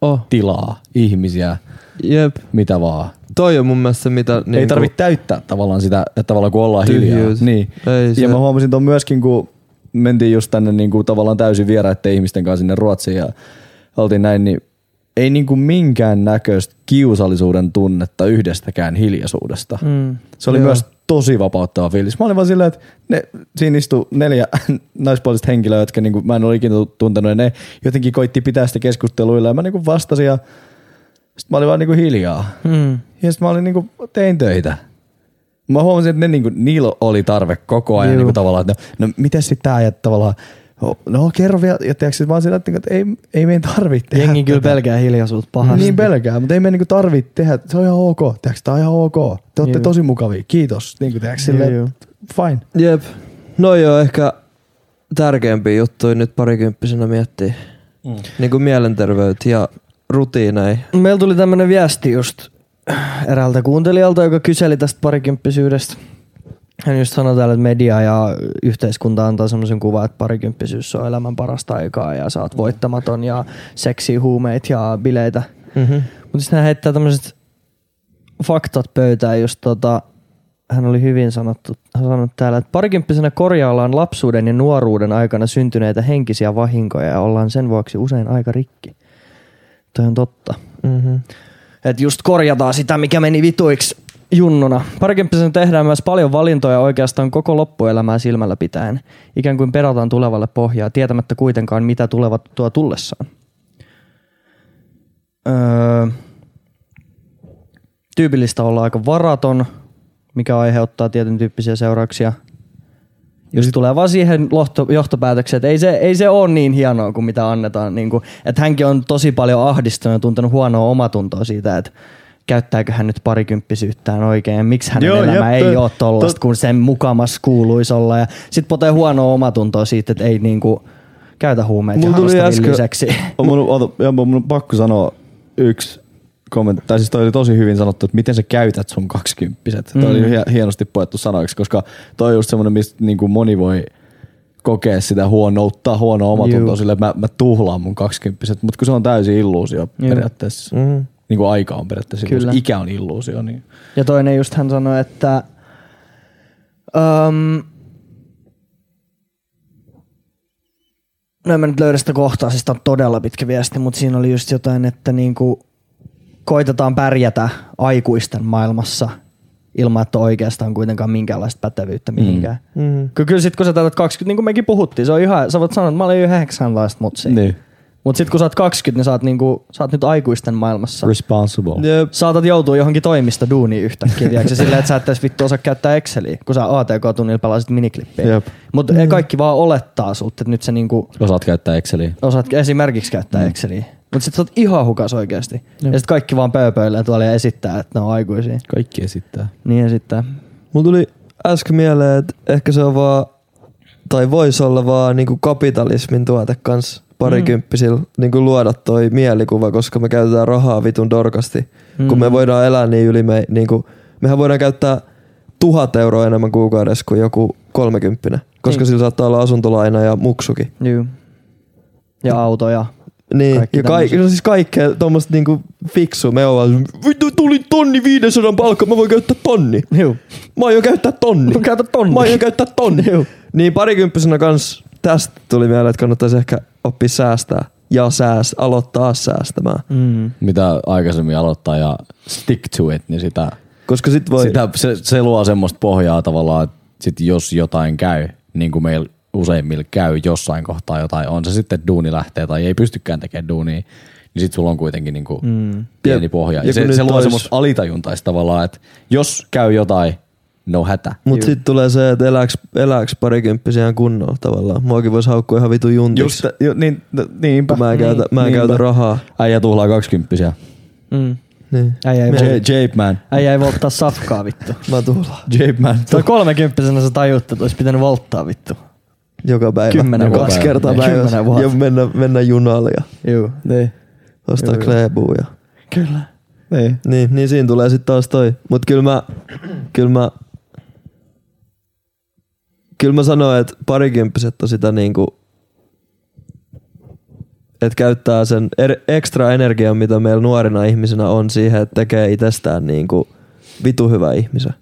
[SPEAKER 1] Oh,
[SPEAKER 3] tilaa, ihmisiä,
[SPEAKER 1] jep.
[SPEAKER 3] mitä vaan.
[SPEAKER 1] Toi on mun mielestä se, mitä... niinku-
[SPEAKER 3] Niin ei tarvitse täyttää tavallaan sitä, että tavallaan kun ollaan hiljaa.
[SPEAKER 1] Tyhjyys.
[SPEAKER 3] Niin.
[SPEAKER 1] Ei se-
[SPEAKER 3] ja mä huomasin tuon myöskin, kun mentiin just tänne niin kuin tavallaan täysin vieraiden ihmisten kanssa sinne Ruotsiin ja oltiin näin, niin ei niin kuin minkään näköistä kiusallisuuden tunnetta yhdestäkään hiljaisuudesta. Mm, se oli
[SPEAKER 1] joo.
[SPEAKER 3] joo. myös tosi vapauttava fiilis. Mä olin vaan silleen, että ne, siinä istui neljä naispuolista henkilöä, jotka niin kuin, mä en ole ikinä tuntenut, ja ne jotenkin koitti pitää sitä keskusteluilla, ja mä niin kuin vastasin, ja sitten mä olin vaan niinku hiljaa.
[SPEAKER 2] Mm.
[SPEAKER 3] Hmm. Ja sitten mä olin niinku, tein töitä. Mä huomasin, että ne niinku, niillä oli tarve koko ajan niinku tavallaan, että no, no miten sitten tää ja tavallaan, no kerro vielä, ja tiedätkö, sit mä oon sillä, että niinku, että ei, ei meidän tarvitse tehdä
[SPEAKER 2] Jengi kyllä
[SPEAKER 3] tätä.
[SPEAKER 2] pelkää hiljaisuutta pahasti.
[SPEAKER 3] Niin pelkää, mutta ei me niinku tarvitse tehdä, se on ihan ok, tiedätkö, tää on ihan ok, te olette
[SPEAKER 2] Juu.
[SPEAKER 3] tosi mukavia, kiitos, niinku tiedätkö, silleen,
[SPEAKER 2] Juu, juu.
[SPEAKER 3] fine.
[SPEAKER 1] Jep. No joo, ehkä tärkeämpiä juttuja nyt parikymppisenä miettii. Mm. Niin kuin mielenterveyttä ja rutiineja.
[SPEAKER 2] Meillä tuli tämmönen viesti just eräältä kuuntelijalta, joka kyseli tästä parikymppisyydestä. Hän just sanoi täällä, että media ja yhteiskunta antaa semmoisen kuvan, että parikymppisyys on elämän parasta aikaa ja sä oot voittamaton ja seksi, huumeet ja bileitä.
[SPEAKER 1] Mm-hmm.
[SPEAKER 2] Mutta sitten hän heittää tämmöiset faktat pöytään, jos tota, hän oli hyvin sanottu, hän sanoi täällä, että parikymppisenä korjaillaan lapsuuden ja nuoruuden aikana syntyneitä henkisiä vahinkoja ja ollaan sen vuoksi usein aika rikki. Toi on totta.
[SPEAKER 1] Mm-hmm.
[SPEAKER 2] Että just korjataan sitä, mikä meni vituiksi junnuna. Parikymppisenä tehdään myös paljon valintoja oikeastaan koko loppuelämää silmällä pitäen. Ikään kuin pedataan tulevalle pohjaa, tietämättä kuitenkaan mitä tulevat tuo tullessaan. Öö, tyypillistä olla aika varaton, mikä aiheuttaa tietyn tyyppisiä seurauksia. Ja sit tulee vaan siihen lohto, johtopäätökseen, että ei se, ei se ole niin hienoa kuin mitä annetaan. Niin kuin, että hänkin on tosi paljon ahdistunut ja tuntenut huonoa omatuntoa siitä, että käyttääkö hän nyt parikymppisyyttään oikein. Miksi hänen
[SPEAKER 3] Joo,
[SPEAKER 2] Joo, elämä
[SPEAKER 3] jep,
[SPEAKER 2] ei
[SPEAKER 3] toi-
[SPEAKER 2] ole tollasta,
[SPEAKER 3] tot-
[SPEAKER 2] kun sen mukamas kuuluisi olla. Ja sit potee huonoa omatuntoa siitä, että ei niinku käytä huumeita ja
[SPEAKER 3] Mulla tuli
[SPEAKER 2] harrasta
[SPEAKER 3] äsken-
[SPEAKER 2] villiseksi.
[SPEAKER 3] On mun, oota, ja mun on pakko sanoa yksi kommentti, tai siis toi oli tosi hyvin sanottu, että miten sä käytät sun kaksikymppiset. Mm. Toi oli hie- hienosti poettu sanoiksi, koska toi on just semmoinen, mistä niinku moni voi kokea sitä huonoutta, huonoa omatuntoa
[SPEAKER 2] Juu.
[SPEAKER 3] sille, että mä, mä tuhlaan mun kaksikymppiset, mutta kun se on täysin illuusio
[SPEAKER 2] Juu.
[SPEAKER 3] periaatteessa. Mm.
[SPEAKER 1] Mm-hmm.
[SPEAKER 3] Niin kuin aika on periaatteessa
[SPEAKER 2] Kyllä.
[SPEAKER 3] illuusio, ikä on illuusio. Niin.
[SPEAKER 2] Ja toinen just hän sanoi, että um, no en mä nyt löydä sitä kohtaa, siis tää on todella pitkä viesti, mutta siinä oli just jotain, että niinku koitetaan pärjätä aikuisten maailmassa ilman, että on oikeastaan kuitenkaan minkäänlaista pätevyyttä mihinkään. Mm.
[SPEAKER 1] Mm-hmm.
[SPEAKER 2] Kyllä, kyllä sit kun sä täytät 20, niin kuin mekin puhuttiin, se on ihan, sä voit sanoa, että mä olin 19 mutsi. Niin. Mut sit kun sä oot 20, niin sä oot, niinku, sä oot nyt aikuisten maailmassa
[SPEAKER 3] Responsible.
[SPEAKER 1] Jep.
[SPEAKER 2] saatat joutua johonkin toimista duuniin yhtäkkiä, tiedätkö? silleen, että sä et edes vittu osaa käyttää Exceliä, kun sä ATK-tunnilla pelasit miniklippiä.
[SPEAKER 3] Jep.
[SPEAKER 2] Mutta mm. kaikki vaan olettaa sut, että nyt sä niinku
[SPEAKER 3] Osaat käyttää Exceliä.
[SPEAKER 2] osaat esimerkiksi käyttää mm. Exceliä. Mutta sit sä oot ihan hukas oikeasti. Ja sit kaikki vaan pööpöilee tuolla ja esittää, että ne on aikuisia.
[SPEAKER 3] Kaikki esittää.
[SPEAKER 2] Niin esittää.
[SPEAKER 1] Mulla tuli äsken mieleen, että ehkä se on vaan, tai voisi olla vaan niinku kapitalismin tuote kans parikymppisillä mm. niinku luoda toi mielikuva, koska me käytetään rahaa vitun dorkasti, mm. kun me voidaan elää niin yli me, niinku, mehän voidaan käyttää tuhat euroa enemmän kuukaudessa kuin joku kolmekymppinen, koska
[SPEAKER 2] Niin.
[SPEAKER 1] sillä saattaa olla asuntolaina ja muksukin.
[SPEAKER 2] Juu. Ja autoja.
[SPEAKER 1] Niin,
[SPEAKER 2] Kaikki
[SPEAKER 1] ja kaikki,
[SPEAKER 2] tämmöset.
[SPEAKER 1] no siis kaikkea tuommoista niinku fiksua. Me ollaan, vittu tuli tonni 500 palkka, mä voin käyttää tonni.
[SPEAKER 2] Juu.
[SPEAKER 1] Mä aion käyttää tonni.
[SPEAKER 2] Mä käytän tonni.
[SPEAKER 1] Mä aion käyttää tonni.
[SPEAKER 2] Juu.
[SPEAKER 1] niin parikymppisenä kans tästä tuli mieleen, että kannattaisi ehkä oppia säästää. Ja sääst, aloittaa säästämään.
[SPEAKER 2] Mm.
[SPEAKER 3] Mitä aikaisemmin aloittaa ja stick to it, niin sitä
[SPEAKER 1] Koska sit voi...
[SPEAKER 3] Sitä, se, se luo semmoista pohjaa tavallaan, että sit jos jotain käy, niin kuin meillä useimmilla käy jossain kohtaa jotain, on se sitten duuni lähtee tai ei pystykään tekemään duunia, niin sitten sulla on kuitenkin niin kuin mm. pieni
[SPEAKER 1] Ja-
[SPEAKER 3] pohja. Ja,
[SPEAKER 1] ja kun
[SPEAKER 3] ja se,
[SPEAKER 1] nyt
[SPEAKER 3] se luo
[SPEAKER 1] ois-
[SPEAKER 3] semmoista alitajuntaista tavallaan, että jos käy jotain, no hätä.
[SPEAKER 1] Mut sit tulee se, että elääks, elääks parikymppisiä kunnolla tavallaan. Muakin vois haukkua ihan vitu juntiksi.
[SPEAKER 3] jo, niin,
[SPEAKER 2] no,
[SPEAKER 3] niinpä.
[SPEAKER 1] kun mä en käytä, mä en
[SPEAKER 3] Niinpä.
[SPEAKER 1] käytä rahaa.
[SPEAKER 3] Äijä tuhlaa kaksikymppisiä.
[SPEAKER 2] Mm.
[SPEAKER 1] Niin.
[SPEAKER 2] Äijä ei,
[SPEAKER 3] Ja-
[SPEAKER 2] voi,
[SPEAKER 3] Jape man.
[SPEAKER 2] äijä ei volttaa safkaa vittu.
[SPEAKER 1] Mä tuhlaan.
[SPEAKER 3] Jape man.
[SPEAKER 2] Tuo kolmekymppisenä sä tajut, että olisi pitänyt volttaa vittu.
[SPEAKER 1] Joka päivä.
[SPEAKER 2] Kymmenen
[SPEAKER 1] Kaksi
[SPEAKER 2] vuotta.
[SPEAKER 1] kertaa
[SPEAKER 2] Kymmenen
[SPEAKER 1] päivässä.
[SPEAKER 2] vuotta.
[SPEAKER 1] Ja mennä, mennä junalla ja
[SPEAKER 2] Juu.
[SPEAKER 3] Niin.
[SPEAKER 1] ostaa
[SPEAKER 2] Joo, joo.
[SPEAKER 1] kleebuu. Ja...
[SPEAKER 2] Kyllä.
[SPEAKER 3] Niin.
[SPEAKER 1] Niin, niin siinä tulee sitten taas toi. Mut kyllä mä, kyllä mä, kyllä mä sanoin, että parikymppiset on sitä niinku, että käyttää sen er, ekstra energian, mitä meillä nuorina ihmisinä on siihen, että tekee itsestään niinku vitu hyvä ihmisen.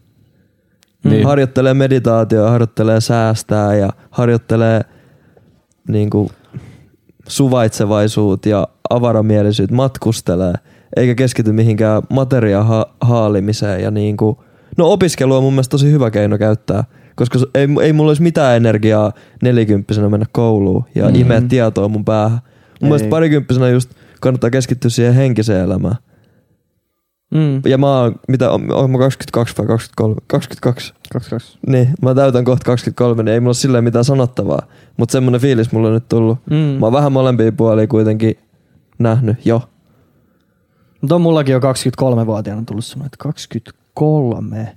[SPEAKER 3] Niin.
[SPEAKER 1] Niin. Harjoittelee meditaatioa, harjoittelee säästää ja harjoittelee niinku suvaitsevaisuut ja avaramielisyyt matkustelee, eikä keskity mihinkään materiaan ha- haalimiseen. Ja niin kuin, no opiskelu on mun mielestä tosi hyvä keino käyttää, koska se- ei, ei mulla olisi mitään energiaa nelikymppisenä mennä kouluun ja mm-hmm. imeä tietoa mun päähän. Mun ei. mielestä parikymppisenä just kannattaa keskittyä siihen henkiseen elämään.
[SPEAKER 2] Mm.
[SPEAKER 1] Ja mä oon, mitä, on, on mä 22 vai 23? 22.
[SPEAKER 2] 22.
[SPEAKER 1] Niin, mä täytän kohta 23, niin ei mulla ole silleen mitään sanottavaa. Mutta semmonen fiilis mulla on nyt tullut.
[SPEAKER 2] Mm.
[SPEAKER 1] Mä oon vähän molempia puolia kuitenkin nähnyt jo.
[SPEAKER 2] Mutta on No mullakin jo 23-vuotiaana tullut semmoinen, että 23.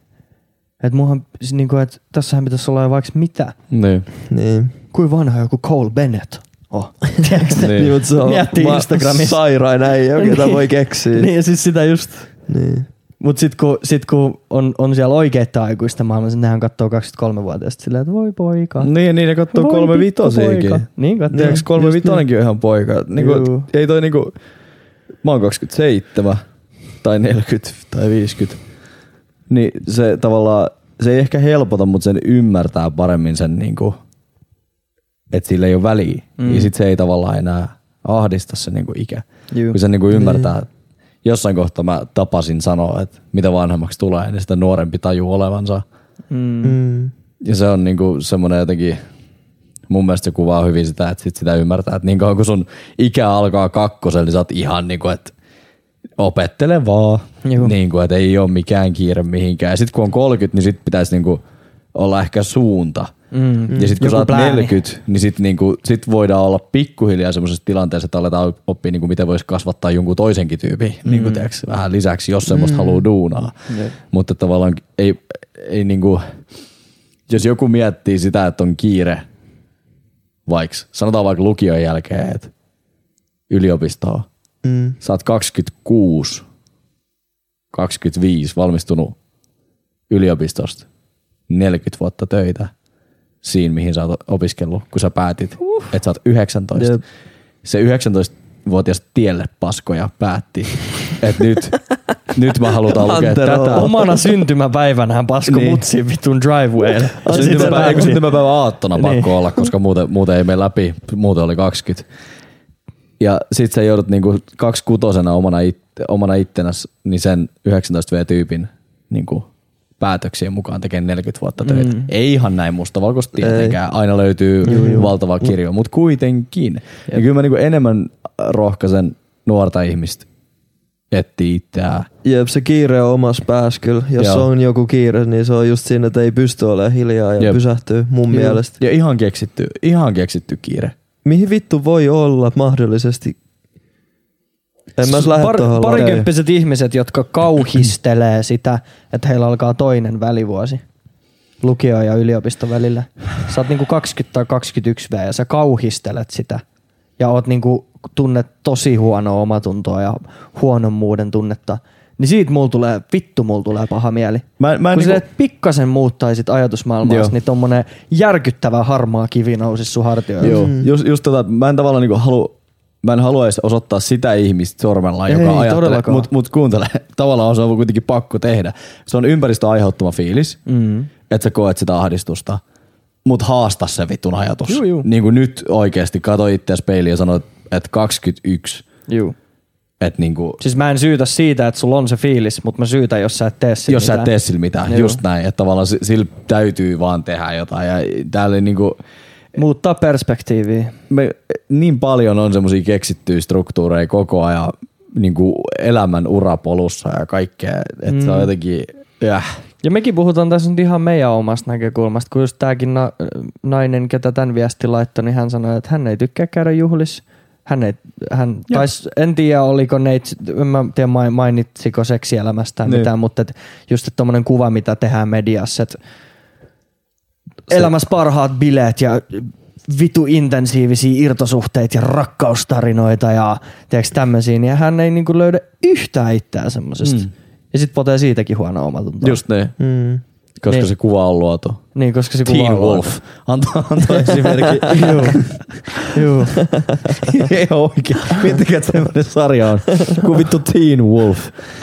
[SPEAKER 2] Että muuhan, niin kuin, että tässähän pitäisi olla jo vaikka mitä.
[SPEAKER 3] Niin.
[SPEAKER 1] Niin.
[SPEAKER 2] Kuin vanha joku Cole Bennett on. Tiedätkö?
[SPEAKER 3] Niin.
[SPEAKER 1] niin mutta se on
[SPEAKER 2] Miettii
[SPEAKER 1] ma-
[SPEAKER 2] Instagramissa.
[SPEAKER 1] sairain äijä, ketä
[SPEAKER 2] Niin.
[SPEAKER 1] voi keksiä.
[SPEAKER 2] niin ja siis sitä just.
[SPEAKER 1] Niin.
[SPEAKER 2] Mut sit kun, sit kun on, on siellä oikeita aikuista maailmassa, nehän katsoo 23-vuotiaista silleen, että voi poika.
[SPEAKER 3] Niin, niin ne kattoo
[SPEAKER 2] Voi
[SPEAKER 3] kolme
[SPEAKER 2] pikku
[SPEAKER 3] vitosiakin.
[SPEAKER 2] poika. Niin katsoo.
[SPEAKER 3] Tiedätkö, kolme vitonenkin on ihan poika. Niinku,
[SPEAKER 2] Juu.
[SPEAKER 3] ei toi niinku, mä oon 27 tai 40 tai 50. Niin se tavallaan, se ei ehkä helpota, mutta sen ymmärtää paremmin sen niinku, että sillä ei ole väliä. Mm. Ja sit se ei tavallaan enää ahdista se niinku ikä.
[SPEAKER 2] Juu. Niin.
[SPEAKER 3] Kun se niinku ymmärtää. Jossain kohtaa mä tapasin sanoa, että mitä vanhemmaksi tulee, niin sitä nuorempi tajuu olevansa.
[SPEAKER 1] Mm.
[SPEAKER 3] Ja se on niinku semmoinen jotenkin, mun mielestä se kuvaa hyvin sitä, että sit sitä ymmärtää, että niin kauan kun sun ikä alkaa kakkosen, niin sä oot ihan niinku, että opettele vaan.
[SPEAKER 2] Juu.
[SPEAKER 3] Niinku, että ei ole mikään kiire mihinkään. Ja sit kun on 30, niin sit pitäisi niinku olla ehkä suunta. Mm, ja sit kun
[SPEAKER 2] Joku
[SPEAKER 3] sä oot
[SPEAKER 2] plääni.
[SPEAKER 3] 40, niin sit, niinku, sit voidaan olla pikkuhiljaa semmoisessa tilanteessa, että aletaan oppia, niinku, miten voisi kasvattaa jonkun toisenkin tyypin. Mm. Niinku, tiiäks, vähän lisäksi, jos semmoista mm. haluaa duunaa. Mutta tavallaan ei, ei niinku, jos joku miettii sitä, että on kiire, vaikka sanotaan vaikka lukion jälkeen, että yliopistoon, mm. sä oot 26, 25 valmistunut yliopistosta, 40 vuotta töitä siinä, mihin sä oot opiskellut, kun sä päätit, uh. että sä oot 19.
[SPEAKER 1] Jep.
[SPEAKER 3] Se 19-vuotias tielle paskoja päätti, että nyt, nyt mä halutaan lukea
[SPEAKER 1] Antero
[SPEAKER 3] tätä.
[SPEAKER 2] Omana syntymäpäivänä hän pasko
[SPEAKER 3] Niin.
[SPEAKER 2] niin. mutsin vitun drivewaylle.
[SPEAKER 3] Syntymäpäivä, eikö syntymäpäivä aattona niin.
[SPEAKER 2] Niin.
[SPEAKER 3] pakko olla, koska muuten, muuten ei mene läpi. Muuten oli 20. Ja sit sä joudut niinku kaksikutosena omana, it, omana ittenäs, niin sen 19V-tyypin niinku päätöksien mukaan tekee 40 vuotta töitä. Mm. Ei ihan näin mustavalkoista tietenkään. Aina löytyy valtava kirjo, mutta kuitenkin. Ja kyllä mä niinku enemmän rohkaisen nuorta ihmistä etsiä itseään.
[SPEAKER 1] Jep, se kiire on omassa päässä kyllä. Jos
[SPEAKER 3] Joo.
[SPEAKER 1] Joo. on joku kiire, niin se on just siinä, että ei pysty olemaan hiljaa ja
[SPEAKER 3] Jep.
[SPEAKER 1] Jep. pysähtyy mun Jep. mielestä.
[SPEAKER 3] Ja ihan keksitty, ihan keksitty kiire.
[SPEAKER 1] Mihin vittu voi olla mahdollisesti? En mä edes lähde tohon lajiin.
[SPEAKER 2] Siis parikymppiset ihmiset, jotka kauhistelee sitä, että heillä alkaa toinen välivuosi lukio- ja yliopiston välillä. Sä oot niinku 20 tai 21 V ja sä kauhistelet sitä. Ja oot niinku tunnet tosi huonoa omatuntoa ja huonommuuden tunnetta. Niin siitä mulla tulee, vittu mulla tulee paha mieli.
[SPEAKER 3] Mä- mä en
[SPEAKER 2] Kun
[SPEAKER 3] niinku-
[SPEAKER 2] sille, että pikkasen muuttaisit ajatusmaailmaa,
[SPEAKER 3] Joo.
[SPEAKER 2] niin tommonen järkyttävä harmaa kivi nousisi sun hartioille.
[SPEAKER 3] Joo, mm. just, just tota, mä en tavallaan niinku halu, mä en halua edes osoittaa sitä ihmistä sormella, joka
[SPEAKER 2] Ei,
[SPEAKER 3] ajattelee,
[SPEAKER 2] todellakaan.
[SPEAKER 3] mutta mut kuuntele, tavallaan se on kuitenkin pakko tehdä. Se on ympäristön aiheuttama fiilis, mm. että sä koet sitä ahdistusta, mutta haasta se vitun ajatus.
[SPEAKER 2] Juu, juu.
[SPEAKER 3] Niin kuin nyt oikeasti katso itseäsi peiliin ja sano, että 21,
[SPEAKER 2] Juu.
[SPEAKER 3] että niinku,
[SPEAKER 2] Siis mä en syytä siitä, että sulla on se fiilis, mutta mä syytän, jos sä et tee sitä.
[SPEAKER 3] jos sä et tee sillä mitään,
[SPEAKER 2] Joo.
[SPEAKER 3] just näin, että tavallaan si- sillä täytyy vaan tehdä jotain. Ja täällä ei niinku,
[SPEAKER 2] Muuttaa perspektiiviä.
[SPEAKER 3] me, niin paljon on semmoisia keksittyjä struktuureja koko ajan niin kuin elämän urapolussa ja kaikkea, että mm. se on jotenkin, äh,
[SPEAKER 2] Ja mekin puhutaan tässä nyt ihan meidän omasta näkökulmasta, kun just tämäkin na- nainen, ketä tämän viesti laittoi, niin hän sanoi, että hän ei tykkää käydä juhlis. Hän ei, hän, tais, en tiedä, oliko neits, en mä tiedä mai- mainitsiko seksielämästään
[SPEAKER 3] Niin.
[SPEAKER 2] niin. mitään, mutta et just tuommoinen kuva, mitä tehdään mediassa, että elämässä parhaat bileet ja vitu intensiivisiä irtosuhteita ja rakkaustarinoita ja tiedätkö, tämmöisiä, niin hän ei niinku löydä yhtään itseään semmoisesta. Mm. Ja sitten potee siitäkin huonoa omatuntoa.
[SPEAKER 3] Just niin,
[SPEAKER 1] Mm.
[SPEAKER 3] koska
[SPEAKER 2] Niin.
[SPEAKER 3] se kuva on luotu.
[SPEAKER 2] Niin, koska se
[SPEAKER 3] Teen
[SPEAKER 2] kuvaa
[SPEAKER 3] Wolf. Antaa, antaa esimerkki.
[SPEAKER 2] Joo. Joo.
[SPEAKER 3] Ei oo oikein. Miettikää, että semmoinen sarja on. Kun vittu Teen Wolf.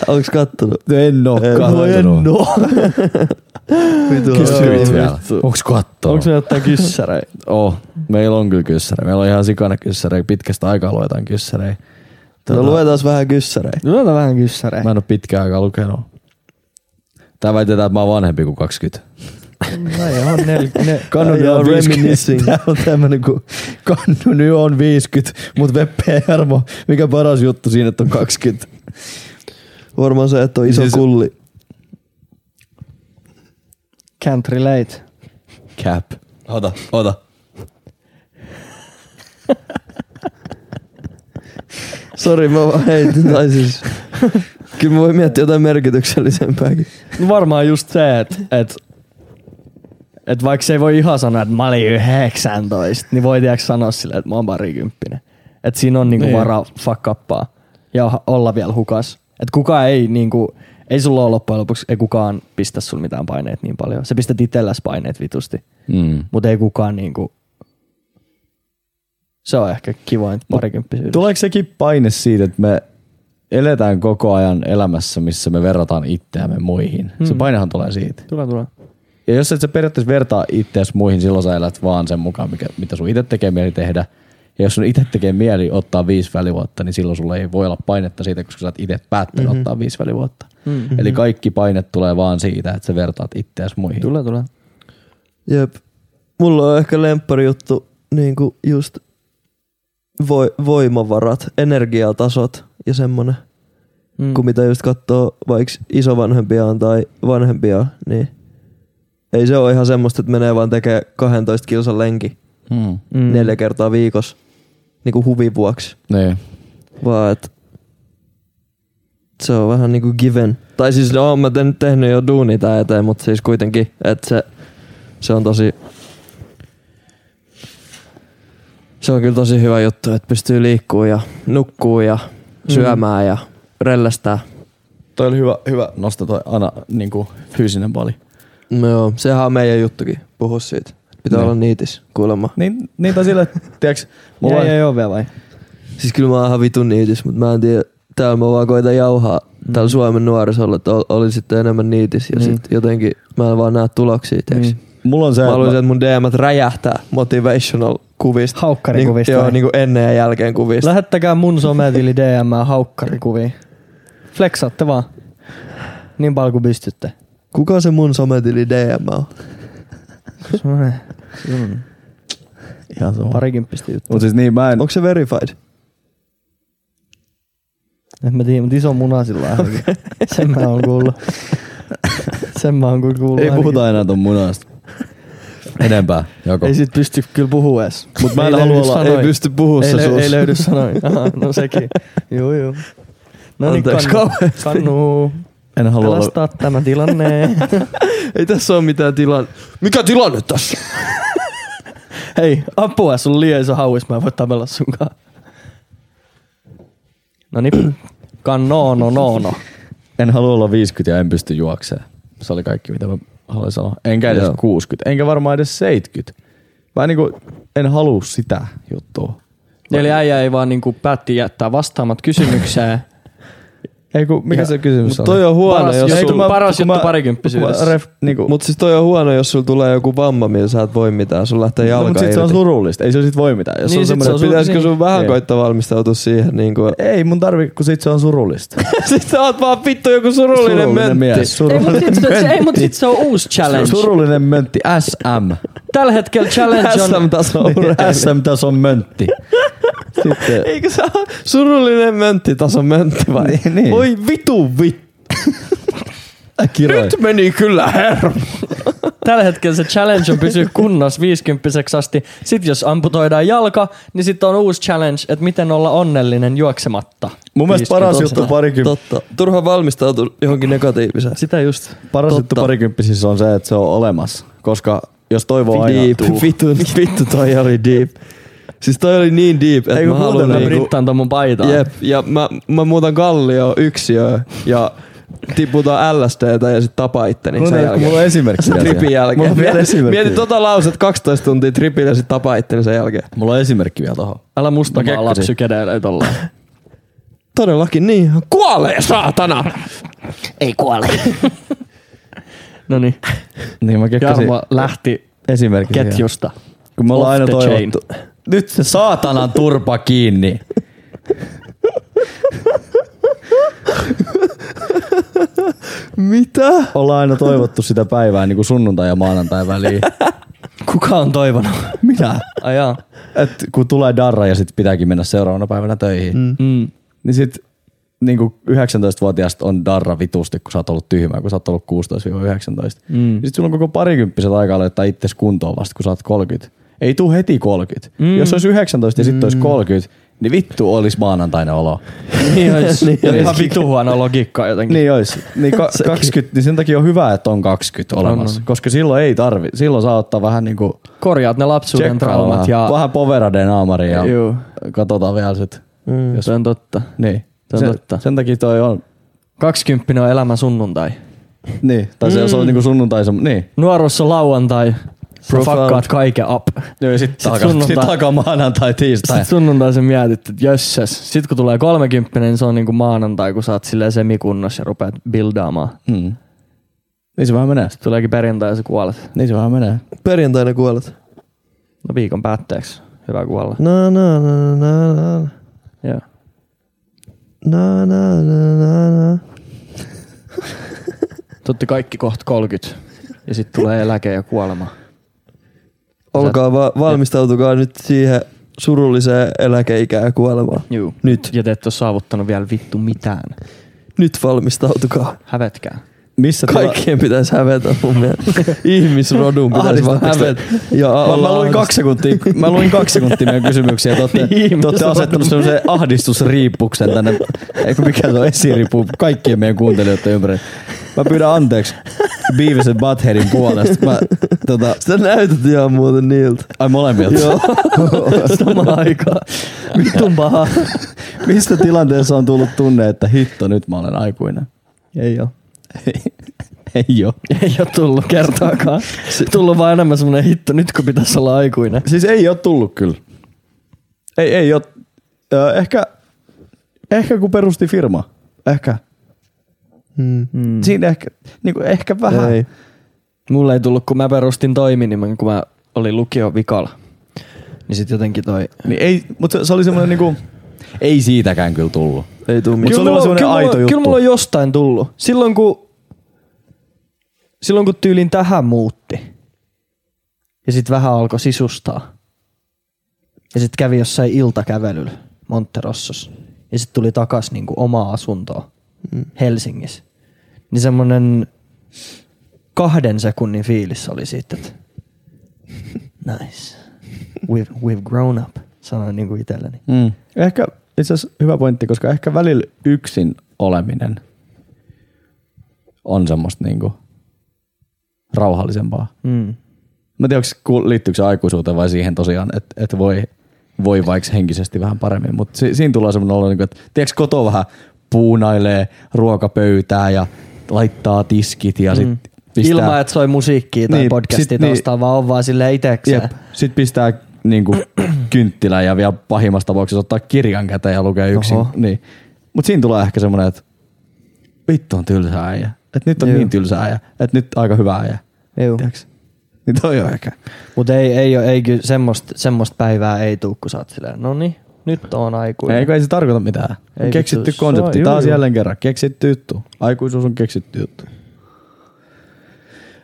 [SPEAKER 1] Onks kattonut?
[SPEAKER 3] En oo kattonut.
[SPEAKER 1] en oo. Vitu.
[SPEAKER 3] Kyssyit
[SPEAKER 1] Joo,
[SPEAKER 3] vielä.
[SPEAKER 1] vittu.
[SPEAKER 3] Onks kattonut?
[SPEAKER 2] Onko se jotain kyssäröi?
[SPEAKER 3] Oh, meillä on kyllä kyssärejä. Meillä on ihan sikana kyssärejä. Pitkästä aikaa luetaan kyssärejä. Tota-
[SPEAKER 1] No luetaan vähän kyssäreitä.
[SPEAKER 2] Lyödään vähän kyssäröi.
[SPEAKER 3] Mä en ole pitkään aikaa lukenut. Tää väitetään, että mä oon vanhempi kuin 20.
[SPEAKER 2] No ei, on nel, ne,
[SPEAKER 3] Kannu
[SPEAKER 1] Ai,
[SPEAKER 3] on
[SPEAKER 1] joo,
[SPEAKER 3] 50.
[SPEAKER 1] reminiscing.
[SPEAKER 3] Tää on tämmönen kuin Kannu nyt on 50, mut Veppe Hermo, mikä paras juttu siinä, että on 20.
[SPEAKER 1] Varmaan se, että on iso
[SPEAKER 3] Siis-
[SPEAKER 1] kulli.
[SPEAKER 2] can't relate.
[SPEAKER 3] Cap. Ota, ota.
[SPEAKER 1] Sori, mä vaan heitin. Tai siis, kyllä mä voin miettiä jotain merkityksellisempääkin.
[SPEAKER 2] No varmaan just se, että et, et vaikka se ei voi ihan sanoa, että mä olin 19, niin voi tiedäks sanoa silleen, että mä oon parikymppinen. Että siinä on niinku
[SPEAKER 3] Niin.
[SPEAKER 2] niin. varaa fakkappaa ja ha- olla vielä hukas. Että kukaan ei niinku, ei sulla ole loppujen lopuksi, ei kukaan pistä sulla mitään paineet niin paljon. Se pistät itselläs paineet vitusti,
[SPEAKER 3] Mm.
[SPEAKER 2] mutta ei kukaan niinku, se on ehkä kivoin parikymppisyys.
[SPEAKER 3] Tuleeko sekin paine siitä, että me eletään koko ajan elämässä, missä me verrataan itseämme muihin? Mm. Se painehan tulee siitä.
[SPEAKER 2] Tulee, tulee.
[SPEAKER 3] Ja jos et sä periaatteessa vertaa itseäsi muihin, silloin sä elät vaan sen mukaan, mikä, mitä sun itse tekee mieli tehdä. Ja jos sun itse tekee mieli ottaa viisi välivuotta, niin silloin sulla ei voi olla painetta siitä, koska sä oot itse päättänyt
[SPEAKER 2] Mhm.
[SPEAKER 3] mm-hmm. ottaa viisi välivuotta. Mm-hmm. Eli kaikki paine tulee vaan siitä, että sä vertaat itseäsi muihin.
[SPEAKER 2] Tulee, tulee.
[SPEAKER 1] Jep. Mulla on ehkä lemppari juttu niin kuin just voi, voimavarat, energiatasot ja semmonen.
[SPEAKER 2] Mm.
[SPEAKER 1] Kun mitä just katsoo vaikka isovanhempiaan tai vanhempiaan, niin ei se ole ihan semmoista, että menee vaan tekee 12 kilsan lenki
[SPEAKER 3] Mm.
[SPEAKER 1] mm. neljä kertaa viikossa niin kuin huvin vuoksi.
[SPEAKER 3] Niin.
[SPEAKER 1] Vaan et se on vähän niinku given. Tai siis no, oon mä te- nyt tehnyt jo duuni tää eteen, mutta siis kuitenkin, että se, se on tosi... Se on kyllä tosi hyvä juttu, että pystyy liikkuu ja nukkuu ja syömään mm. ja rellestää.
[SPEAKER 3] Toi oli hyvä, hyvä nosto toi ana, niin kuin fyysinen pali.
[SPEAKER 1] No joo, sehän on meidän juttukin, puhu siitä. Pitää
[SPEAKER 3] Niin.
[SPEAKER 1] no. olla niitis, kuulemma.
[SPEAKER 3] Niin, niin tai sillä, tiiäks, mulla
[SPEAKER 2] Mulla
[SPEAKER 3] on
[SPEAKER 2] ei, ei ole vielä vai? Niin.
[SPEAKER 1] Siis kyllä mä oon ihan vitun niitis, mutta mä en tiedä, täällä mä vaan koitan jauhaa mm. täällä Suomen nuorisolla, että ol- oli sitten enemmän niitis ja
[SPEAKER 2] Niin.
[SPEAKER 1] sit jotenkin mä en vaan näe tuloksia, tiiäks.
[SPEAKER 2] Niin.
[SPEAKER 3] Mulla on se,
[SPEAKER 1] Mä
[SPEAKER 3] että
[SPEAKER 1] haluaisin, että mun DMt räjähtää motivational kuvista.
[SPEAKER 2] Haukkarikuvista
[SPEAKER 1] Niin, joo,
[SPEAKER 2] vai?
[SPEAKER 1] niin kuin ennen ja jälkeen kuvista.
[SPEAKER 2] Lähettäkää mun sometili DM haukkarikuvia. Flexaatte vaan. Niin paljon kuin pystytte.
[SPEAKER 1] Kuka se mun sometili DM on?
[SPEAKER 2] Semmoinen semmoinen
[SPEAKER 3] ihan sama.
[SPEAKER 2] parikymppistä juttu.
[SPEAKER 3] Mut siis niin, mä en,
[SPEAKER 1] Onko se verified?
[SPEAKER 2] En mä tiedä, mutta iso muna sillä on. Sen mä oon kuullut. Sen mä oon kyllä kuullut.
[SPEAKER 3] ei
[SPEAKER 2] ainakin.
[SPEAKER 3] puhuta enää ton munasta. Enempää, joko.
[SPEAKER 2] Ei sit pysty kyllä puhua edes.
[SPEAKER 3] Mut mä en
[SPEAKER 2] Ei
[SPEAKER 3] halua
[SPEAKER 2] löydy
[SPEAKER 3] olla, ei
[SPEAKER 2] sanoja.
[SPEAKER 3] pysty puhua
[SPEAKER 2] ei,
[SPEAKER 3] se
[SPEAKER 2] lö-
[SPEAKER 3] suus.
[SPEAKER 2] ei löydy sanoja. Aha, no sekin. Joo, joo. No niin,
[SPEAKER 1] Anteeksi
[SPEAKER 2] kannu. Kannu.
[SPEAKER 3] En halua olla
[SPEAKER 2] Pelastaa tämä tilanne.
[SPEAKER 1] Ei tässä ole mitään tilanne. Mikä tilanne tässä?
[SPEAKER 2] Hei, apua, sun liian iso hauis, mä en voi tapella sunkaan. No niin, kanno no no no.
[SPEAKER 3] En halua olla 50 ja en pysty juokseen. Se oli kaikki, mitä mä haluan sanoa. Enkä edes
[SPEAKER 1] Joo.
[SPEAKER 3] 60, enkä varmaan edes 70. Mä niinku, en halua sitä juttua.
[SPEAKER 2] Eli äijä ei vaan niinku päätti jättää vastaamat kysymykseen.
[SPEAKER 3] Ei kun, mikä ja, se kysymys
[SPEAKER 1] Mut
[SPEAKER 3] on?
[SPEAKER 1] toi on huono,
[SPEAKER 2] Paras
[SPEAKER 1] jos
[SPEAKER 2] juttu.
[SPEAKER 1] sul...
[SPEAKER 2] kun mä- paras juttu parikymppisyydessä.
[SPEAKER 3] Ref, niinku,
[SPEAKER 1] Mut siis toi on huono, jos sulla tulee joku vamma, millä sä et voi mitään. Sulla lähtee
[SPEAKER 3] no,
[SPEAKER 1] jalka
[SPEAKER 3] mut sit se on surullista. Ei se sit voi mitään. Jos
[SPEAKER 2] Niin,
[SPEAKER 3] on Niin.
[SPEAKER 2] sit se on
[SPEAKER 3] semmoinen,
[SPEAKER 2] sur-
[SPEAKER 1] Pitäisikö sun vähän
[SPEAKER 3] Ei.
[SPEAKER 1] koittaa valmistautua siihen? Niin kuin...
[SPEAKER 3] ei mun tarvi, kun sit se on surullista.
[SPEAKER 1] siis sä oot vaan vittu joku surullinen, mentti.
[SPEAKER 3] mies.
[SPEAKER 2] Ei, mutta
[SPEAKER 3] Surullinen,
[SPEAKER 2] sit, se, ei, mut sit se on uusi challenge.
[SPEAKER 3] surullinen möntti. SM.
[SPEAKER 2] Tällä hetkellä challenge on...
[SPEAKER 1] SM-taso
[SPEAKER 3] Niin. SM-tason möntti. Sitten,
[SPEAKER 1] Eikö sä ole surullinen möntti tason möntti vai?
[SPEAKER 3] Niin, niin.
[SPEAKER 1] Voi vitu vittu.
[SPEAKER 3] kiroi.
[SPEAKER 1] Nyt meni kyllä hermo.
[SPEAKER 2] Tällä hetkellä se challenge on pysyä kunnossa 50 asti. Sitten jos amputoidaan jalka, niin sitten on uusi challenge, että miten olla onnellinen juoksematta.
[SPEAKER 3] Mun mielestä paras juttu parikymppi.
[SPEAKER 1] Totta. Turha valmistautua johonkin negatiiviseen.
[SPEAKER 2] Sitä just.
[SPEAKER 3] Paras
[SPEAKER 1] Totta.
[SPEAKER 3] juttu parikymppisissä on se, että se on olemassa, koska jos toivo aina
[SPEAKER 1] Deep.
[SPEAKER 3] tuu.
[SPEAKER 1] Vittu, vittu toi oli deep. Siis toi oli niin deep, että
[SPEAKER 3] Ei
[SPEAKER 1] mä
[SPEAKER 3] kun muuten
[SPEAKER 1] haluan
[SPEAKER 3] mä
[SPEAKER 1] niinku...
[SPEAKER 3] brittaan ton mun paitaa.
[SPEAKER 1] Jep, ja mä, mä muutan kallio yksiöön ja tiputaan LSDtä ja sit tapa itteni
[SPEAKER 3] Mulla
[SPEAKER 1] sen
[SPEAKER 3] on,
[SPEAKER 1] jälkeen.
[SPEAKER 3] mulla on esimerkki. vielä
[SPEAKER 1] Tripin
[SPEAKER 3] siihen. Mulla
[SPEAKER 1] jälkeen.
[SPEAKER 3] on vielä
[SPEAKER 1] Mieti,
[SPEAKER 3] esimerkki.
[SPEAKER 1] mieti tota lauset 12 tuntia tripillä ja sit tapa itteni sen jälkeen.
[SPEAKER 3] Mulla on esimerkki vielä tohon.
[SPEAKER 2] Älä musta
[SPEAKER 3] Mä
[SPEAKER 2] vaan
[SPEAKER 3] kekkasin.
[SPEAKER 2] lapsi kädellä tollaan.
[SPEAKER 1] Todellakin niin. Kuolee saatana!
[SPEAKER 2] No niin,
[SPEAKER 3] Niin mä kekkasin
[SPEAKER 2] Jarmo lähti
[SPEAKER 3] esimerkki. siihen.
[SPEAKER 2] ketjusta.
[SPEAKER 3] Kun me ollaan aina
[SPEAKER 2] Off the chain.
[SPEAKER 3] toivottu. Nyt se saatanan turpa kiinni.
[SPEAKER 1] Mitä?
[SPEAKER 3] Ollaan aina toivottu sitä päivää niin kuin sunnuntai ja maanantai väliin.
[SPEAKER 2] Kuka on toivonut?
[SPEAKER 3] Minä.
[SPEAKER 2] Ajaa.
[SPEAKER 3] Et kun tulee darra ja sit pitääkin mennä seuraavana päivänä töihin. Mm.
[SPEAKER 2] Mm.
[SPEAKER 3] Niin sit niin 19-vuotiaasta on darra vitusti, kun sä oot ollut tyhmä, kun sä oot ollut 16-19. Mm. Sitten sulla on koko parikymppiset aikaa laittaa itses kuntoon vasta, kun sä oot 30. Ei tuu heti 30. Mm. Jos olisi 19 ja sitten olisi 30, niin vittu olisi maanantaina olo.
[SPEAKER 2] Niin ois. niin
[SPEAKER 3] ois.
[SPEAKER 2] ihan vitu huono logiikka jotenkin.
[SPEAKER 3] Niin olisi. Niin ka- 20, niin sen takia on hyvä, että on 20 olemassa. Koska silloin ei tarvi. Silloin saa ottaa vähän niinku
[SPEAKER 2] Korjaat ne lapsuuden
[SPEAKER 3] tsekkaa
[SPEAKER 2] traumat
[SPEAKER 3] vähän.
[SPEAKER 2] ja...
[SPEAKER 3] vähän poveraden aamari ja
[SPEAKER 2] Juu.
[SPEAKER 3] katsotaan vielä sit. Mm. Jos,
[SPEAKER 2] Se on totta.
[SPEAKER 3] niin.
[SPEAKER 2] se on totta.
[SPEAKER 3] sen takia toi on.
[SPEAKER 2] Kaksikymppinen on elämän sunnuntai.
[SPEAKER 3] Niin. Tai
[SPEAKER 2] Mm.
[SPEAKER 3] se, jos on niinku sunnuntaisen. Niin.
[SPEAKER 2] Nuoruus on lauantai. Sä
[SPEAKER 3] Profound.
[SPEAKER 2] fakkaat kaiken up.
[SPEAKER 3] Joo, ja sit,
[SPEAKER 2] Sit
[SPEAKER 3] taka,
[SPEAKER 2] sunnuntai.
[SPEAKER 3] sit taka maanantai tiistai.
[SPEAKER 2] Sitten sunnuntai sen mietit, että jössäs. Sitten kun tulee kolmekymppinen, niin se on niinku maanantai, kun sä oot silleen semikunnossa ja rupeat bildaamaan.
[SPEAKER 3] Mm. Niin se vähän menee.
[SPEAKER 2] Tuleekin perjantai ja sä kuolet.
[SPEAKER 3] Niin se vähän menee.
[SPEAKER 1] Perjantaina kuolet.
[SPEAKER 2] No viikon päätteeksi. Hyvä kuolla.
[SPEAKER 1] Na na na na na na.
[SPEAKER 2] Joo.
[SPEAKER 1] Na na na na na.
[SPEAKER 2] Totti kaikki kohta 30. Ja sitten tulee eläke ja kuolema.
[SPEAKER 1] Olkaa va- valmistautukaa nyt siihen surulliseen eläkeikään ja kuolemaan.
[SPEAKER 2] Juu.
[SPEAKER 1] Nyt.
[SPEAKER 2] Ja te et ole saavuttanut vielä vittu mitään.
[SPEAKER 1] Nyt valmistautukaa.
[SPEAKER 2] Hävetkää.
[SPEAKER 3] Missä
[SPEAKER 1] Kaikkien pitäisi hävetä mun mielestä. Ihmisrodun pitäisi vaan
[SPEAKER 3] Ahdistatteko te?
[SPEAKER 1] hävetä. Ja
[SPEAKER 3] Mä, mä,
[SPEAKER 1] olla
[SPEAKER 3] luin kaksi sekuntia, mä luin kaksi sekuntia meidän kysymyksiä. Te olette,
[SPEAKER 2] Niin,
[SPEAKER 3] te olette
[SPEAKER 2] se on-
[SPEAKER 3] asettanut semmoisen ahdistusriippuksen tänne. Eikö mikä se on esiripu kaikkien meidän kuuntelijoiden ympäri. Mä pyydän anteeksi Beavis and Buttheadin puolesta. Mä, tota,
[SPEAKER 1] Sitä näytät ihan muuten niiltä.
[SPEAKER 3] ai molemmilta.
[SPEAKER 1] Joo.
[SPEAKER 2] Samaan aikaan. Vitun paha.
[SPEAKER 3] Mistä tilanteessa on tullut tunne, että hitto, nyt mä olen aikuinen?
[SPEAKER 2] Ei oo.
[SPEAKER 3] Ei oo.
[SPEAKER 2] Ei oo tullut kertaakaan. Tullut vaan enemmän semmonen hitto, nyt kun pitäisi olla aikuinen.
[SPEAKER 3] Siis ei oo tullut kyllä. Ei, ei oo. Ö, ehkä, ehkä kun perusti firma. Ehkä. Mm. Siinä ehkä, niin kuin ehkä vähän.
[SPEAKER 1] Ei.
[SPEAKER 2] Mulle ei tullut, kun mä perustin toiminimen, kun mä olin lukio vikalla. Niin sit jotenkin toi...
[SPEAKER 3] Niin ei, mutta se, se oli semmoinen niinku... Ei siitäkään kyllä tullut.
[SPEAKER 1] Ei tuu
[SPEAKER 3] Mut se
[SPEAKER 1] mitään.
[SPEAKER 3] oli vaan semmonen
[SPEAKER 2] kyllä,
[SPEAKER 3] aito
[SPEAKER 2] mulla,
[SPEAKER 3] juttu.
[SPEAKER 2] kyllä mulla on jostain tullut. Silloin kun, silloin kun tyylin tähän muutti. Ja sit vähän alkoi sisustaa. Ja sit kävi jossain iltakävelyllä Monterossos. Ja sit tuli takas niinku omaa asuntoa
[SPEAKER 3] Mm.
[SPEAKER 2] Helsingissä. Niin semmonen kahden sekunnin fiilis oli siitä, että nice. We've, we've grown up, sanoin niinku itselleni.
[SPEAKER 3] Mm. Ehkä itse asiassa hyvä pointti, koska ehkä välillä yksin oleminen on semmoista niinku rauhallisempaa.
[SPEAKER 2] Mm.
[SPEAKER 3] Mä en tiedä, onks ku- liittyykö se aikuisuuteen vai siihen tosiaan, että et voi, voi vaikka henkisesti vähän paremmin. Mutta si, siinä tulee semmoinen olo, niinku, että tiedätkö, kotoa vähän puunailee ruokapöytää ja laittaa tiskit ja sit mm. pistää...
[SPEAKER 2] Ilman, että soi musiikkia tai
[SPEAKER 3] Niin,
[SPEAKER 2] niin, podcastia
[SPEAKER 3] sit-
[SPEAKER 2] sit, taustaa, niin, vaan on vaan silleen itekseen.
[SPEAKER 3] Jep. Sitten pistää niinku, kynttilä ja vielä pahimmassa tapauksessa ottaa kirjan käteen ja lukee yksin.
[SPEAKER 2] Oho.
[SPEAKER 3] Niin. Mutta siinä tulee ehkä semmoinen, että vittu on tylsä äijä. Että nyt on Juu.
[SPEAKER 2] Juu.
[SPEAKER 3] niin tylsä äijä. Että nyt aika hyvä äijä.
[SPEAKER 2] Juu.
[SPEAKER 3] Tiedäks? Niin toi on ehkä.
[SPEAKER 2] Mutta ei, ei, oo- ei kyllä semmoista, semmoista päivää ei tuu, kun sä oot silleen, no niin, nyt on aikuinen.
[SPEAKER 3] Eikö ei se tarkoita mitään. Ei
[SPEAKER 2] Ei
[SPEAKER 3] keksitty
[SPEAKER 2] vittu,
[SPEAKER 3] vittu,
[SPEAKER 2] se
[SPEAKER 3] konsepti.
[SPEAKER 2] on-
[SPEAKER 3] Taas
[SPEAKER 2] juu, juu.
[SPEAKER 3] jälleen kerran. Keksitty juttu. Aikuisuus on keksitty juttu.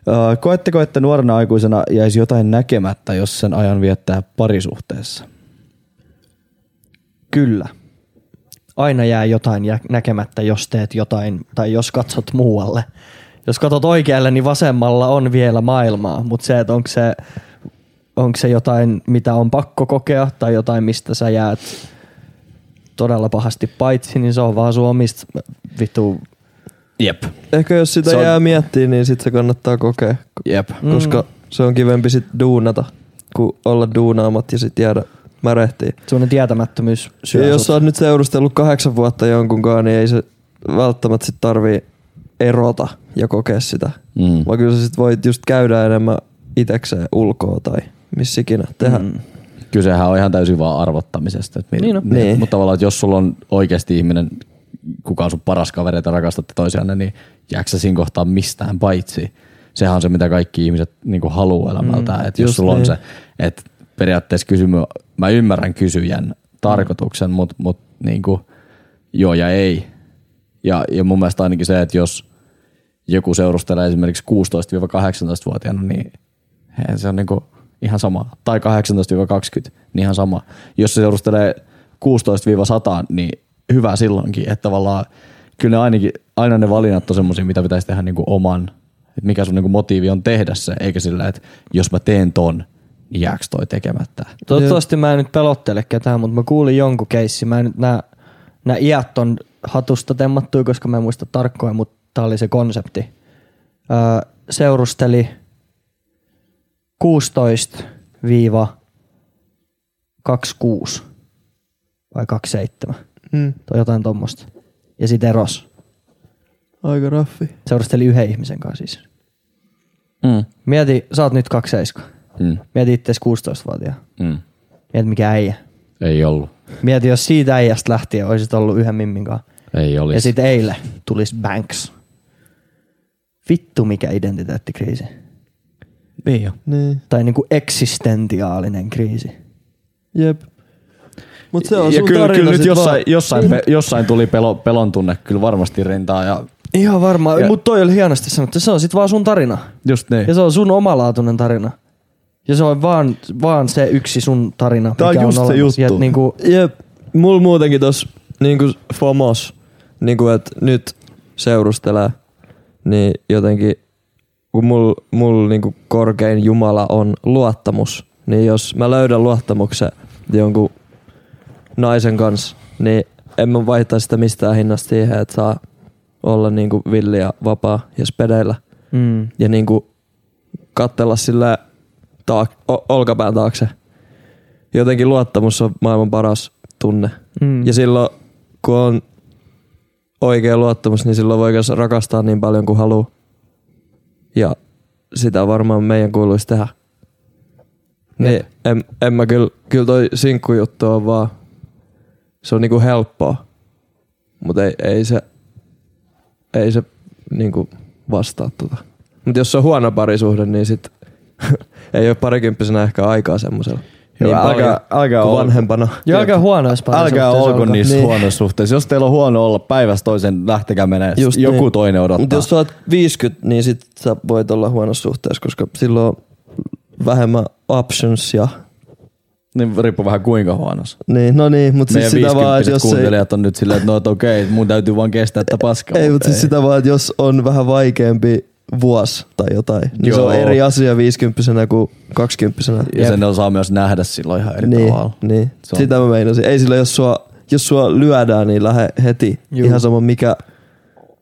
[SPEAKER 3] Öö, Koetteko, että nuorena aikuisena jäisi jotain näkemättä, jos sen ajan viettää parisuhteessa?
[SPEAKER 2] Kyllä. Aina jää jotain jä- näkemättä, jos teet jotain, tai jos katsot muualle. Jos katsot oikealle, niin vasemmalla on vielä maailmaa, mutta se, että onko se, onko se jotain, mitä on pakko kokea, tai jotain, mistä sä jäät todella pahasti paitsi, niin se on vaan sun omista vittu
[SPEAKER 3] Jep.
[SPEAKER 1] Ehkä jos sitä
[SPEAKER 3] Se on-
[SPEAKER 1] jää miettimään, niin sit se kannattaa kokea.
[SPEAKER 2] Mm.
[SPEAKER 3] Jep.
[SPEAKER 1] Koska Se on kivempi sit duunata, kuin olla duunaamat ja sit jäädä märehtiin.
[SPEAKER 2] Sellainen tietämättömyys syö
[SPEAKER 1] Ja
[SPEAKER 2] sut.
[SPEAKER 1] jos sä oot nyt seurustellut kahdeksan vuotta jonkunkaan, niin ei se välttämättä sit tarvii erota ja kokea sitä.
[SPEAKER 3] Mm.
[SPEAKER 1] Vaan kyllä sä sit voit just käydä enemmän itekseen ulkoa tai missikinä tehdä. Mm.
[SPEAKER 3] Kysehän on ihan täysin vaan arvottamisesta. Että
[SPEAKER 2] Niin on.
[SPEAKER 1] Niin.
[SPEAKER 3] Mutta tavallaan, että jos sulla on oikeasti ihminen, kuka on sun paras kaveri, että rakastatte toisianne, niin jääkö sä siinä kohtaa mistään paitsi? Sehän on se, mitä kaikki ihmiset niin haluaa elämältään. Mm, että jos sulla on
[SPEAKER 1] niin.
[SPEAKER 3] se, että periaatteessa kysymy, mä ymmärrän kysyjän tarkoituksen, mutta mut, niin joo ja ei. Ja, ja mun mielestä ainakin se, että jos joku seurustelee esimerkiksi 16-18-vuotiaana, niin eihän se on niinku ihan sama. Tai 18-20, niin ihan sama. Jos se seurustelee 16-100, niin hyvä silloinkin. Että tavallaan kyllä ne ainakin, aina ne valinnat on semmoisia, mitä pitäisi tehdä niinku oman, että mikä sun niinku motiivi on tehdä se, eikä sillä, että jos mä teen ton, niin jääks toi tekemättä.
[SPEAKER 2] Toivottavasti mä en nyt pelottele ketään, mutta mä kuulin jonkun keissin. Mä en nyt nää, nää iät on hatusta temmattuja, koska mä en muista tarkkoja, mutta tää oli se konsepti. Öö, seurusteli 16-26 vai 27
[SPEAKER 1] Mm.
[SPEAKER 2] tai jotain tommosta. Ja sit eros.
[SPEAKER 1] Aika raffi.
[SPEAKER 2] Seurusteli yhden ihmisen kanssa siis.
[SPEAKER 3] Mm.
[SPEAKER 2] Mieti, sä oot nyt 27.
[SPEAKER 3] Mm.
[SPEAKER 2] Mieti itse 16-vuotiaa.
[SPEAKER 3] Mm.
[SPEAKER 2] Mieti mikä äijä.
[SPEAKER 3] Ei ollut.
[SPEAKER 2] Mieti, jos siitä äijästä lähtien olisit ollut yhden mimmin kanssa.
[SPEAKER 3] Ei
[SPEAKER 2] Ja
[SPEAKER 3] olisi.
[SPEAKER 2] sitten eilen tulisi Banks. Vittu mikä identiteettikriisi.
[SPEAKER 3] Niin jo.
[SPEAKER 1] Niin.
[SPEAKER 2] Tai niinku eksistentiaalinen kriisi.
[SPEAKER 1] Jep. Mut se on
[SPEAKER 3] ja
[SPEAKER 1] sun
[SPEAKER 3] kyllä,
[SPEAKER 1] tarina
[SPEAKER 3] kyllä nyt
[SPEAKER 1] sit
[SPEAKER 3] jossain,
[SPEAKER 1] vaan.
[SPEAKER 3] jossain, pe, jossain tuli pelo, pelon tunne kyllä varmasti rintaan ja
[SPEAKER 2] Ihan varmaan,
[SPEAKER 3] Ja-
[SPEAKER 2] mutta toi oli hienosti sanottu. Se on sit vaan sun tarina.
[SPEAKER 3] just niin.
[SPEAKER 2] Ja se on sun omalaatuinen tarina. Ja se on vaan, vaan se yksi sun tarina,
[SPEAKER 3] Tää on
[SPEAKER 2] mikä
[SPEAKER 3] just se
[SPEAKER 2] on olemassa. Ja
[SPEAKER 3] juttu.
[SPEAKER 2] et niinku,
[SPEAKER 1] Jep. Mulla muutenkin tos niinku FOMOS, niinku että nyt seurustelee, niin jotenkin kun mulla mul niinku korkein jumala on luottamus, niin jos mä löydän luottamuksen jonkun naisen kanssa, niin en mä vaihtaa sitä mistään hinnasta siihen, että saa olla niinku villi ja vapaa ja spedeillä.
[SPEAKER 2] mm,
[SPEAKER 1] ja niinku kattella sillä taak- o- olkapään taakse. Jotenkin luottamus on maailman paras tunne.
[SPEAKER 2] mm.
[SPEAKER 1] Ja silloin, kun on oikea luottamus, niin silloin voi myös rakastaa niin paljon kuin haluaa. Ja sitä varmaan meidän kuuluisi tehdä. Niin, en, en mä kyllä, kyllä toi sinkkujuttu on vaan, se on niinku helppoa. Mutta ei, ei se, ei se niinku vastaa tota. Mutta jos se on huono parisuhde, niin sit ei ole parikymppisenä ehkä aikaa semmosella.
[SPEAKER 3] Joo,
[SPEAKER 1] niin
[SPEAKER 3] älkää-
[SPEAKER 1] paljon
[SPEAKER 3] älkää
[SPEAKER 1] kuin
[SPEAKER 3] ol-
[SPEAKER 1] vanhempana.
[SPEAKER 2] ja aika huonoissa
[SPEAKER 3] Älkää
[SPEAKER 2] parisuhteissa
[SPEAKER 3] olko niissä niin.
[SPEAKER 1] Niin.
[SPEAKER 3] huonoissa suhteissa. Jos teillä on huono olla päivästä toisen, lähtekää menee.
[SPEAKER 1] Just
[SPEAKER 3] Joku
[SPEAKER 1] niin.
[SPEAKER 3] toinen
[SPEAKER 1] Mutta
[SPEAKER 3] odottaa.
[SPEAKER 1] jos sä oot 50, niin sit sä voit olla huonossa suhteessa, koska silloin on vähemmän optionsia.
[SPEAKER 3] Niin riippuu vähän kuinka huonossa.
[SPEAKER 1] Niin, no niin, mutta siis
[SPEAKER 3] Meidän
[SPEAKER 1] sitä vaan, että
[SPEAKER 3] 50
[SPEAKER 1] jos ei,
[SPEAKER 3] kuuntelijat on nyt silleen, että no et okei, mun täytyy vaan kestää tätä paskaa.
[SPEAKER 1] ei, mutta siis sitä vaan, että jos on vähän vaikeampi vuosi tai jotain, niin se on
[SPEAKER 3] Joo.
[SPEAKER 1] eri asia 50 kuin 20
[SPEAKER 3] Ja sen osaa myös nähdä silloin ihan eri
[SPEAKER 1] niin,
[SPEAKER 3] tavalla.
[SPEAKER 1] niin.
[SPEAKER 3] Se on-
[SPEAKER 1] Sitä mä meinasin. Ei sillä, jos sua, jos sua lyödään, niin lähde heti.
[SPEAKER 2] Juu.
[SPEAKER 1] Ihan sama mikä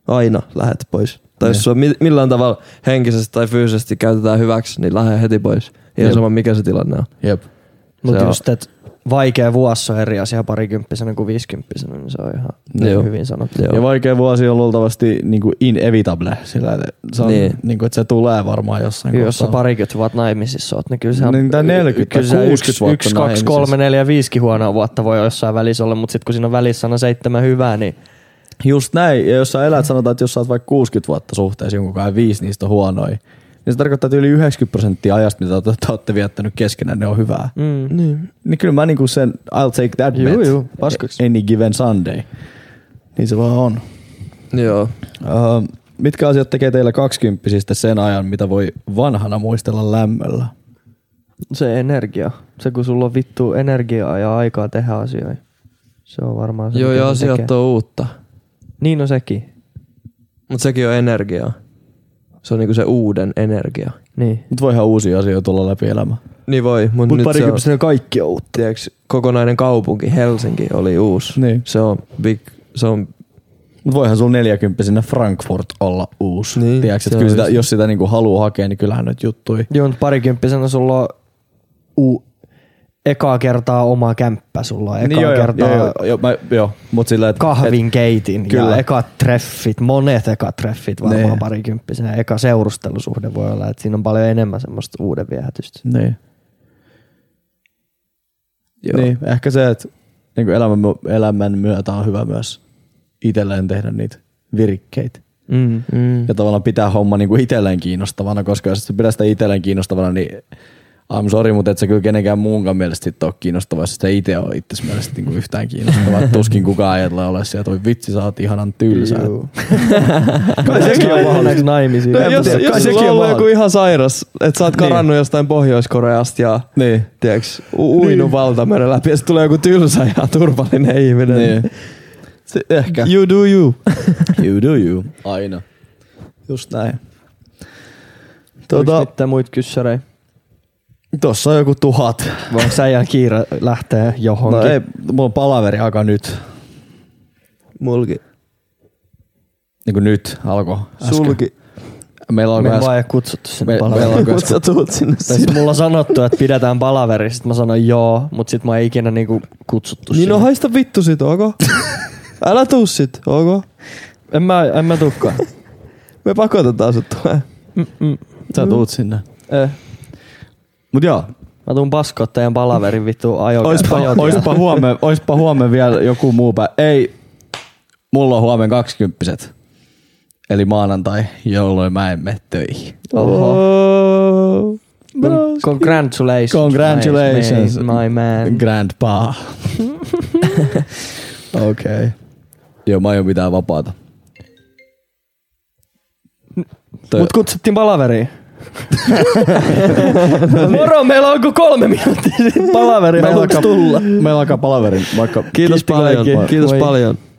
[SPEAKER 1] aina lähet pois. Tai jos sua mi- millään tavalla henkisesti tai fyysisesti käytetään hyväksi, niin lähde heti pois. Ihan
[SPEAKER 3] Jep.
[SPEAKER 1] sama mikä se tilanne on.
[SPEAKER 3] Jep.
[SPEAKER 2] Mutta
[SPEAKER 1] Se on-
[SPEAKER 2] just, että vaikea vuosi on eri asia parikymppisenä kuin viisikymppisenä, niin se on ihan
[SPEAKER 1] Joo.
[SPEAKER 2] hyvin sanottu.
[SPEAKER 1] Joo.
[SPEAKER 3] Ja vaikea vuosi on luultavasti niin kuin inevitable. Sillä, että se, on,
[SPEAKER 1] Niin.
[SPEAKER 3] niin. Niin kuin, että se tulee varmaan jossain
[SPEAKER 2] Jos sä parikymmentä vuotta naimisissa oot, niin kyllä sä...
[SPEAKER 3] Niin, tai 40
[SPEAKER 2] kyllä
[SPEAKER 3] tai
[SPEAKER 2] sä
[SPEAKER 3] 60
[SPEAKER 2] yksi,
[SPEAKER 3] vuotta
[SPEAKER 2] yksi, kaksi,
[SPEAKER 3] naimisissa.
[SPEAKER 2] kolme, neljä, viisikin huonoa vuotta voi jossain välissä olla, mutta sitten kun siinä on välissä aina seitsemän hyvää, niin
[SPEAKER 3] Just näin. Ja jos sä elät, sanotaan, että jos sä oot vaikka 60 vuotta suhteessa jonkun kanssa ja viisi niistä on huonoja, niin se tarkoittaa, että yli 90 prosenttia ajasta, mitä te te ootte viettänyt keskenään, ne on hyvää.
[SPEAKER 2] mm,
[SPEAKER 1] Niin.
[SPEAKER 3] Niin kyllä mä niinku sen I'll take that
[SPEAKER 2] Juu,
[SPEAKER 3] bet
[SPEAKER 2] juu, paskaksi.
[SPEAKER 3] any given Sunday. Niin se vaan on.
[SPEAKER 1] Joo.
[SPEAKER 3] Öö, mitkä asiat tekee teillä kaksikymppisistä sen ajan, mitä voi vanhana muistella lämmöllä?
[SPEAKER 2] se energia. Se kun sulla on vittu energiaa ja aikaa tehdä asioita. Se on varmaan se,
[SPEAKER 1] Joo,
[SPEAKER 2] mitä
[SPEAKER 1] ja
[SPEAKER 2] se
[SPEAKER 1] asiat
[SPEAKER 2] tekee.
[SPEAKER 1] on uutta.
[SPEAKER 2] Niin on sekin.
[SPEAKER 1] Mutta sekin on energiaa. Se on niinku se uuden energia.
[SPEAKER 2] Niin.
[SPEAKER 3] Nyt voihan uusia asioita tulla läpi elämä.
[SPEAKER 1] Niin voi, mutta nyt se on,
[SPEAKER 3] kaikki on uutta.
[SPEAKER 1] tiiäks, kokonainen kaupunki, Helsinki oli uusi.
[SPEAKER 3] Niin.
[SPEAKER 1] Se on big, se on
[SPEAKER 3] Mut Mut voihan sulla 40 Frankfurt olla uusi.
[SPEAKER 1] Niin,
[SPEAKER 3] Niin, Tiedätkö,
[SPEAKER 1] se
[SPEAKER 3] että kyllä
[SPEAKER 1] on
[SPEAKER 3] sitä,
[SPEAKER 1] just-
[SPEAKER 3] jos sitä niinku haluaa hakea, niin kyllähän nyt juttui.
[SPEAKER 2] Joo, mutta parikymppisenä sulla on u- ekaa kertaa oma kämppä, sulla on ekaa niin,
[SPEAKER 3] joo,
[SPEAKER 2] kertaa
[SPEAKER 3] joo, joo, joo, mä, joo, mut sillä, et,
[SPEAKER 2] kahvin keitin
[SPEAKER 3] Kyllä.
[SPEAKER 2] ja ekat treffit, monet ekat treffit varmaan
[SPEAKER 3] Ne.
[SPEAKER 2] ne. parikymppisenä. Eka seurustelusuhde voi olla, että siinä on paljon enemmän semmoista uuden viehätystä.
[SPEAKER 3] Et, niin.
[SPEAKER 2] Joo.
[SPEAKER 3] Niin, ehkä se, että niinku elämän, mu- elämän myötä on hyvä myös itselleen tehdä niitä virikkeitä.
[SPEAKER 2] Mm.
[SPEAKER 1] Mm.
[SPEAKER 3] Ja tavallaan pitää homma niinku itselleen kiinnostavana, koska jos sä pidät sitä itselleen kiinnostavana, niin I'm sorry, mutta et sä kyllä kenenkään muunkaan mielestä sit ole kiinnostava, jos sä itse ole itses mielestä niinku yhtään kiinnostava. Tuskin kukaan ei tule ole sieltä, voi vitsi, sä oot ihanan tylsä.
[SPEAKER 1] Kai sekin on mahdollista.
[SPEAKER 2] naimisiin.
[SPEAKER 1] No, jos,
[SPEAKER 3] Niin, tiedä, kai
[SPEAKER 1] jos
[SPEAKER 3] sekin
[SPEAKER 1] sulla on
[SPEAKER 3] on
[SPEAKER 1] ollut joku
[SPEAKER 3] mahdollista.
[SPEAKER 1] ihan sairas, että sä oot
[SPEAKER 3] Niin.
[SPEAKER 1] karannut jostain Pohjois-Koreasta ja
[SPEAKER 3] Niin.
[SPEAKER 1] tiedäks, u- uinut niin. valtameren läpi ja sit tulee joku tylsä ja turvallinen ihminen.
[SPEAKER 3] niin. Se, ehkä.
[SPEAKER 1] You do you.
[SPEAKER 3] You do you. Aina. Just näin.
[SPEAKER 2] Tota,
[SPEAKER 3] Tuota,
[SPEAKER 2] mitään muita kyssärejä?
[SPEAKER 3] tossa on joku tuhat.
[SPEAKER 2] Vai onko säijällä kiire lähtee johonkin?
[SPEAKER 3] No ei, mulla on palaveri aika nyt.
[SPEAKER 1] Mulki.
[SPEAKER 3] Niin kuin nyt alkoi äsken.
[SPEAKER 1] Sulki.
[SPEAKER 3] Meillä
[SPEAKER 2] Me
[SPEAKER 3] alkoi
[SPEAKER 2] ei vaan
[SPEAKER 3] äsken.
[SPEAKER 2] ei kutsuttu sinne
[SPEAKER 3] Me-
[SPEAKER 2] palaveriin.
[SPEAKER 3] meillä on-
[SPEAKER 1] Mut sä tuut sinne
[SPEAKER 2] Tai
[SPEAKER 1] sinne.
[SPEAKER 2] sit mulla on sanottu, että pidetään palaveri, sit mä sanoin joo, mut sit mä ei ikinä niinku kutsuttu
[SPEAKER 1] Niin no
[SPEAKER 2] siihen.
[SPEAKER 1] haista vittu sit, onko? Älä tuu sit, onko?
[SPEAKER 2] En mä, en mä tukkaan.
[SPEAKER 1] Me pakotetaan sut tulee.
[SPEAKER 3] Sä tuut sinne.
[SPEAKER 2] Eh,
[SPEAKER 3] Mut joo,
[SPEAKER 2] mä tuun paskoa teidän palaverin vittu ajo.
[SPEAKER 3] Oispa, oispa, huomen, oispa huomen vielä joku muu pä... Ei, mulla on huomen kaksikymppiset. Eli maanantai, jolloin mä en mene töihin.
[SPEAKER 2] Oho.
[SPEAKER 1] Oho.
[SPEAKER 2] No, Congratulations.
[SPEAKER 3] Congratulations.
[SPEAKER 2] My, my man.
[SPEAKER 3] Grandpa. Okei. Okay. Joo, mä aion pitää vapaata. Toi-
[SPEAKER 2] Mut kutsuttiin palaveriin. Moro, meillä on kuin kolme minuuttia sit palaveri.
[SPEAKER 3] Meillä
[SPEAKER 2] Haluatko
[SPEAKER 3] alkaa, meillä alkaa palaverin. Vaikka
[SPEAKER 1] Kiitos
[SPEAKER 2] Kiitti
[SPEAKER 1] paljon.
[SPEAKER 2] kaikki.
[SPEAKER 1] Kiitos
[SPEAKER 2] Moi.
[SPEAKER 1] paljon.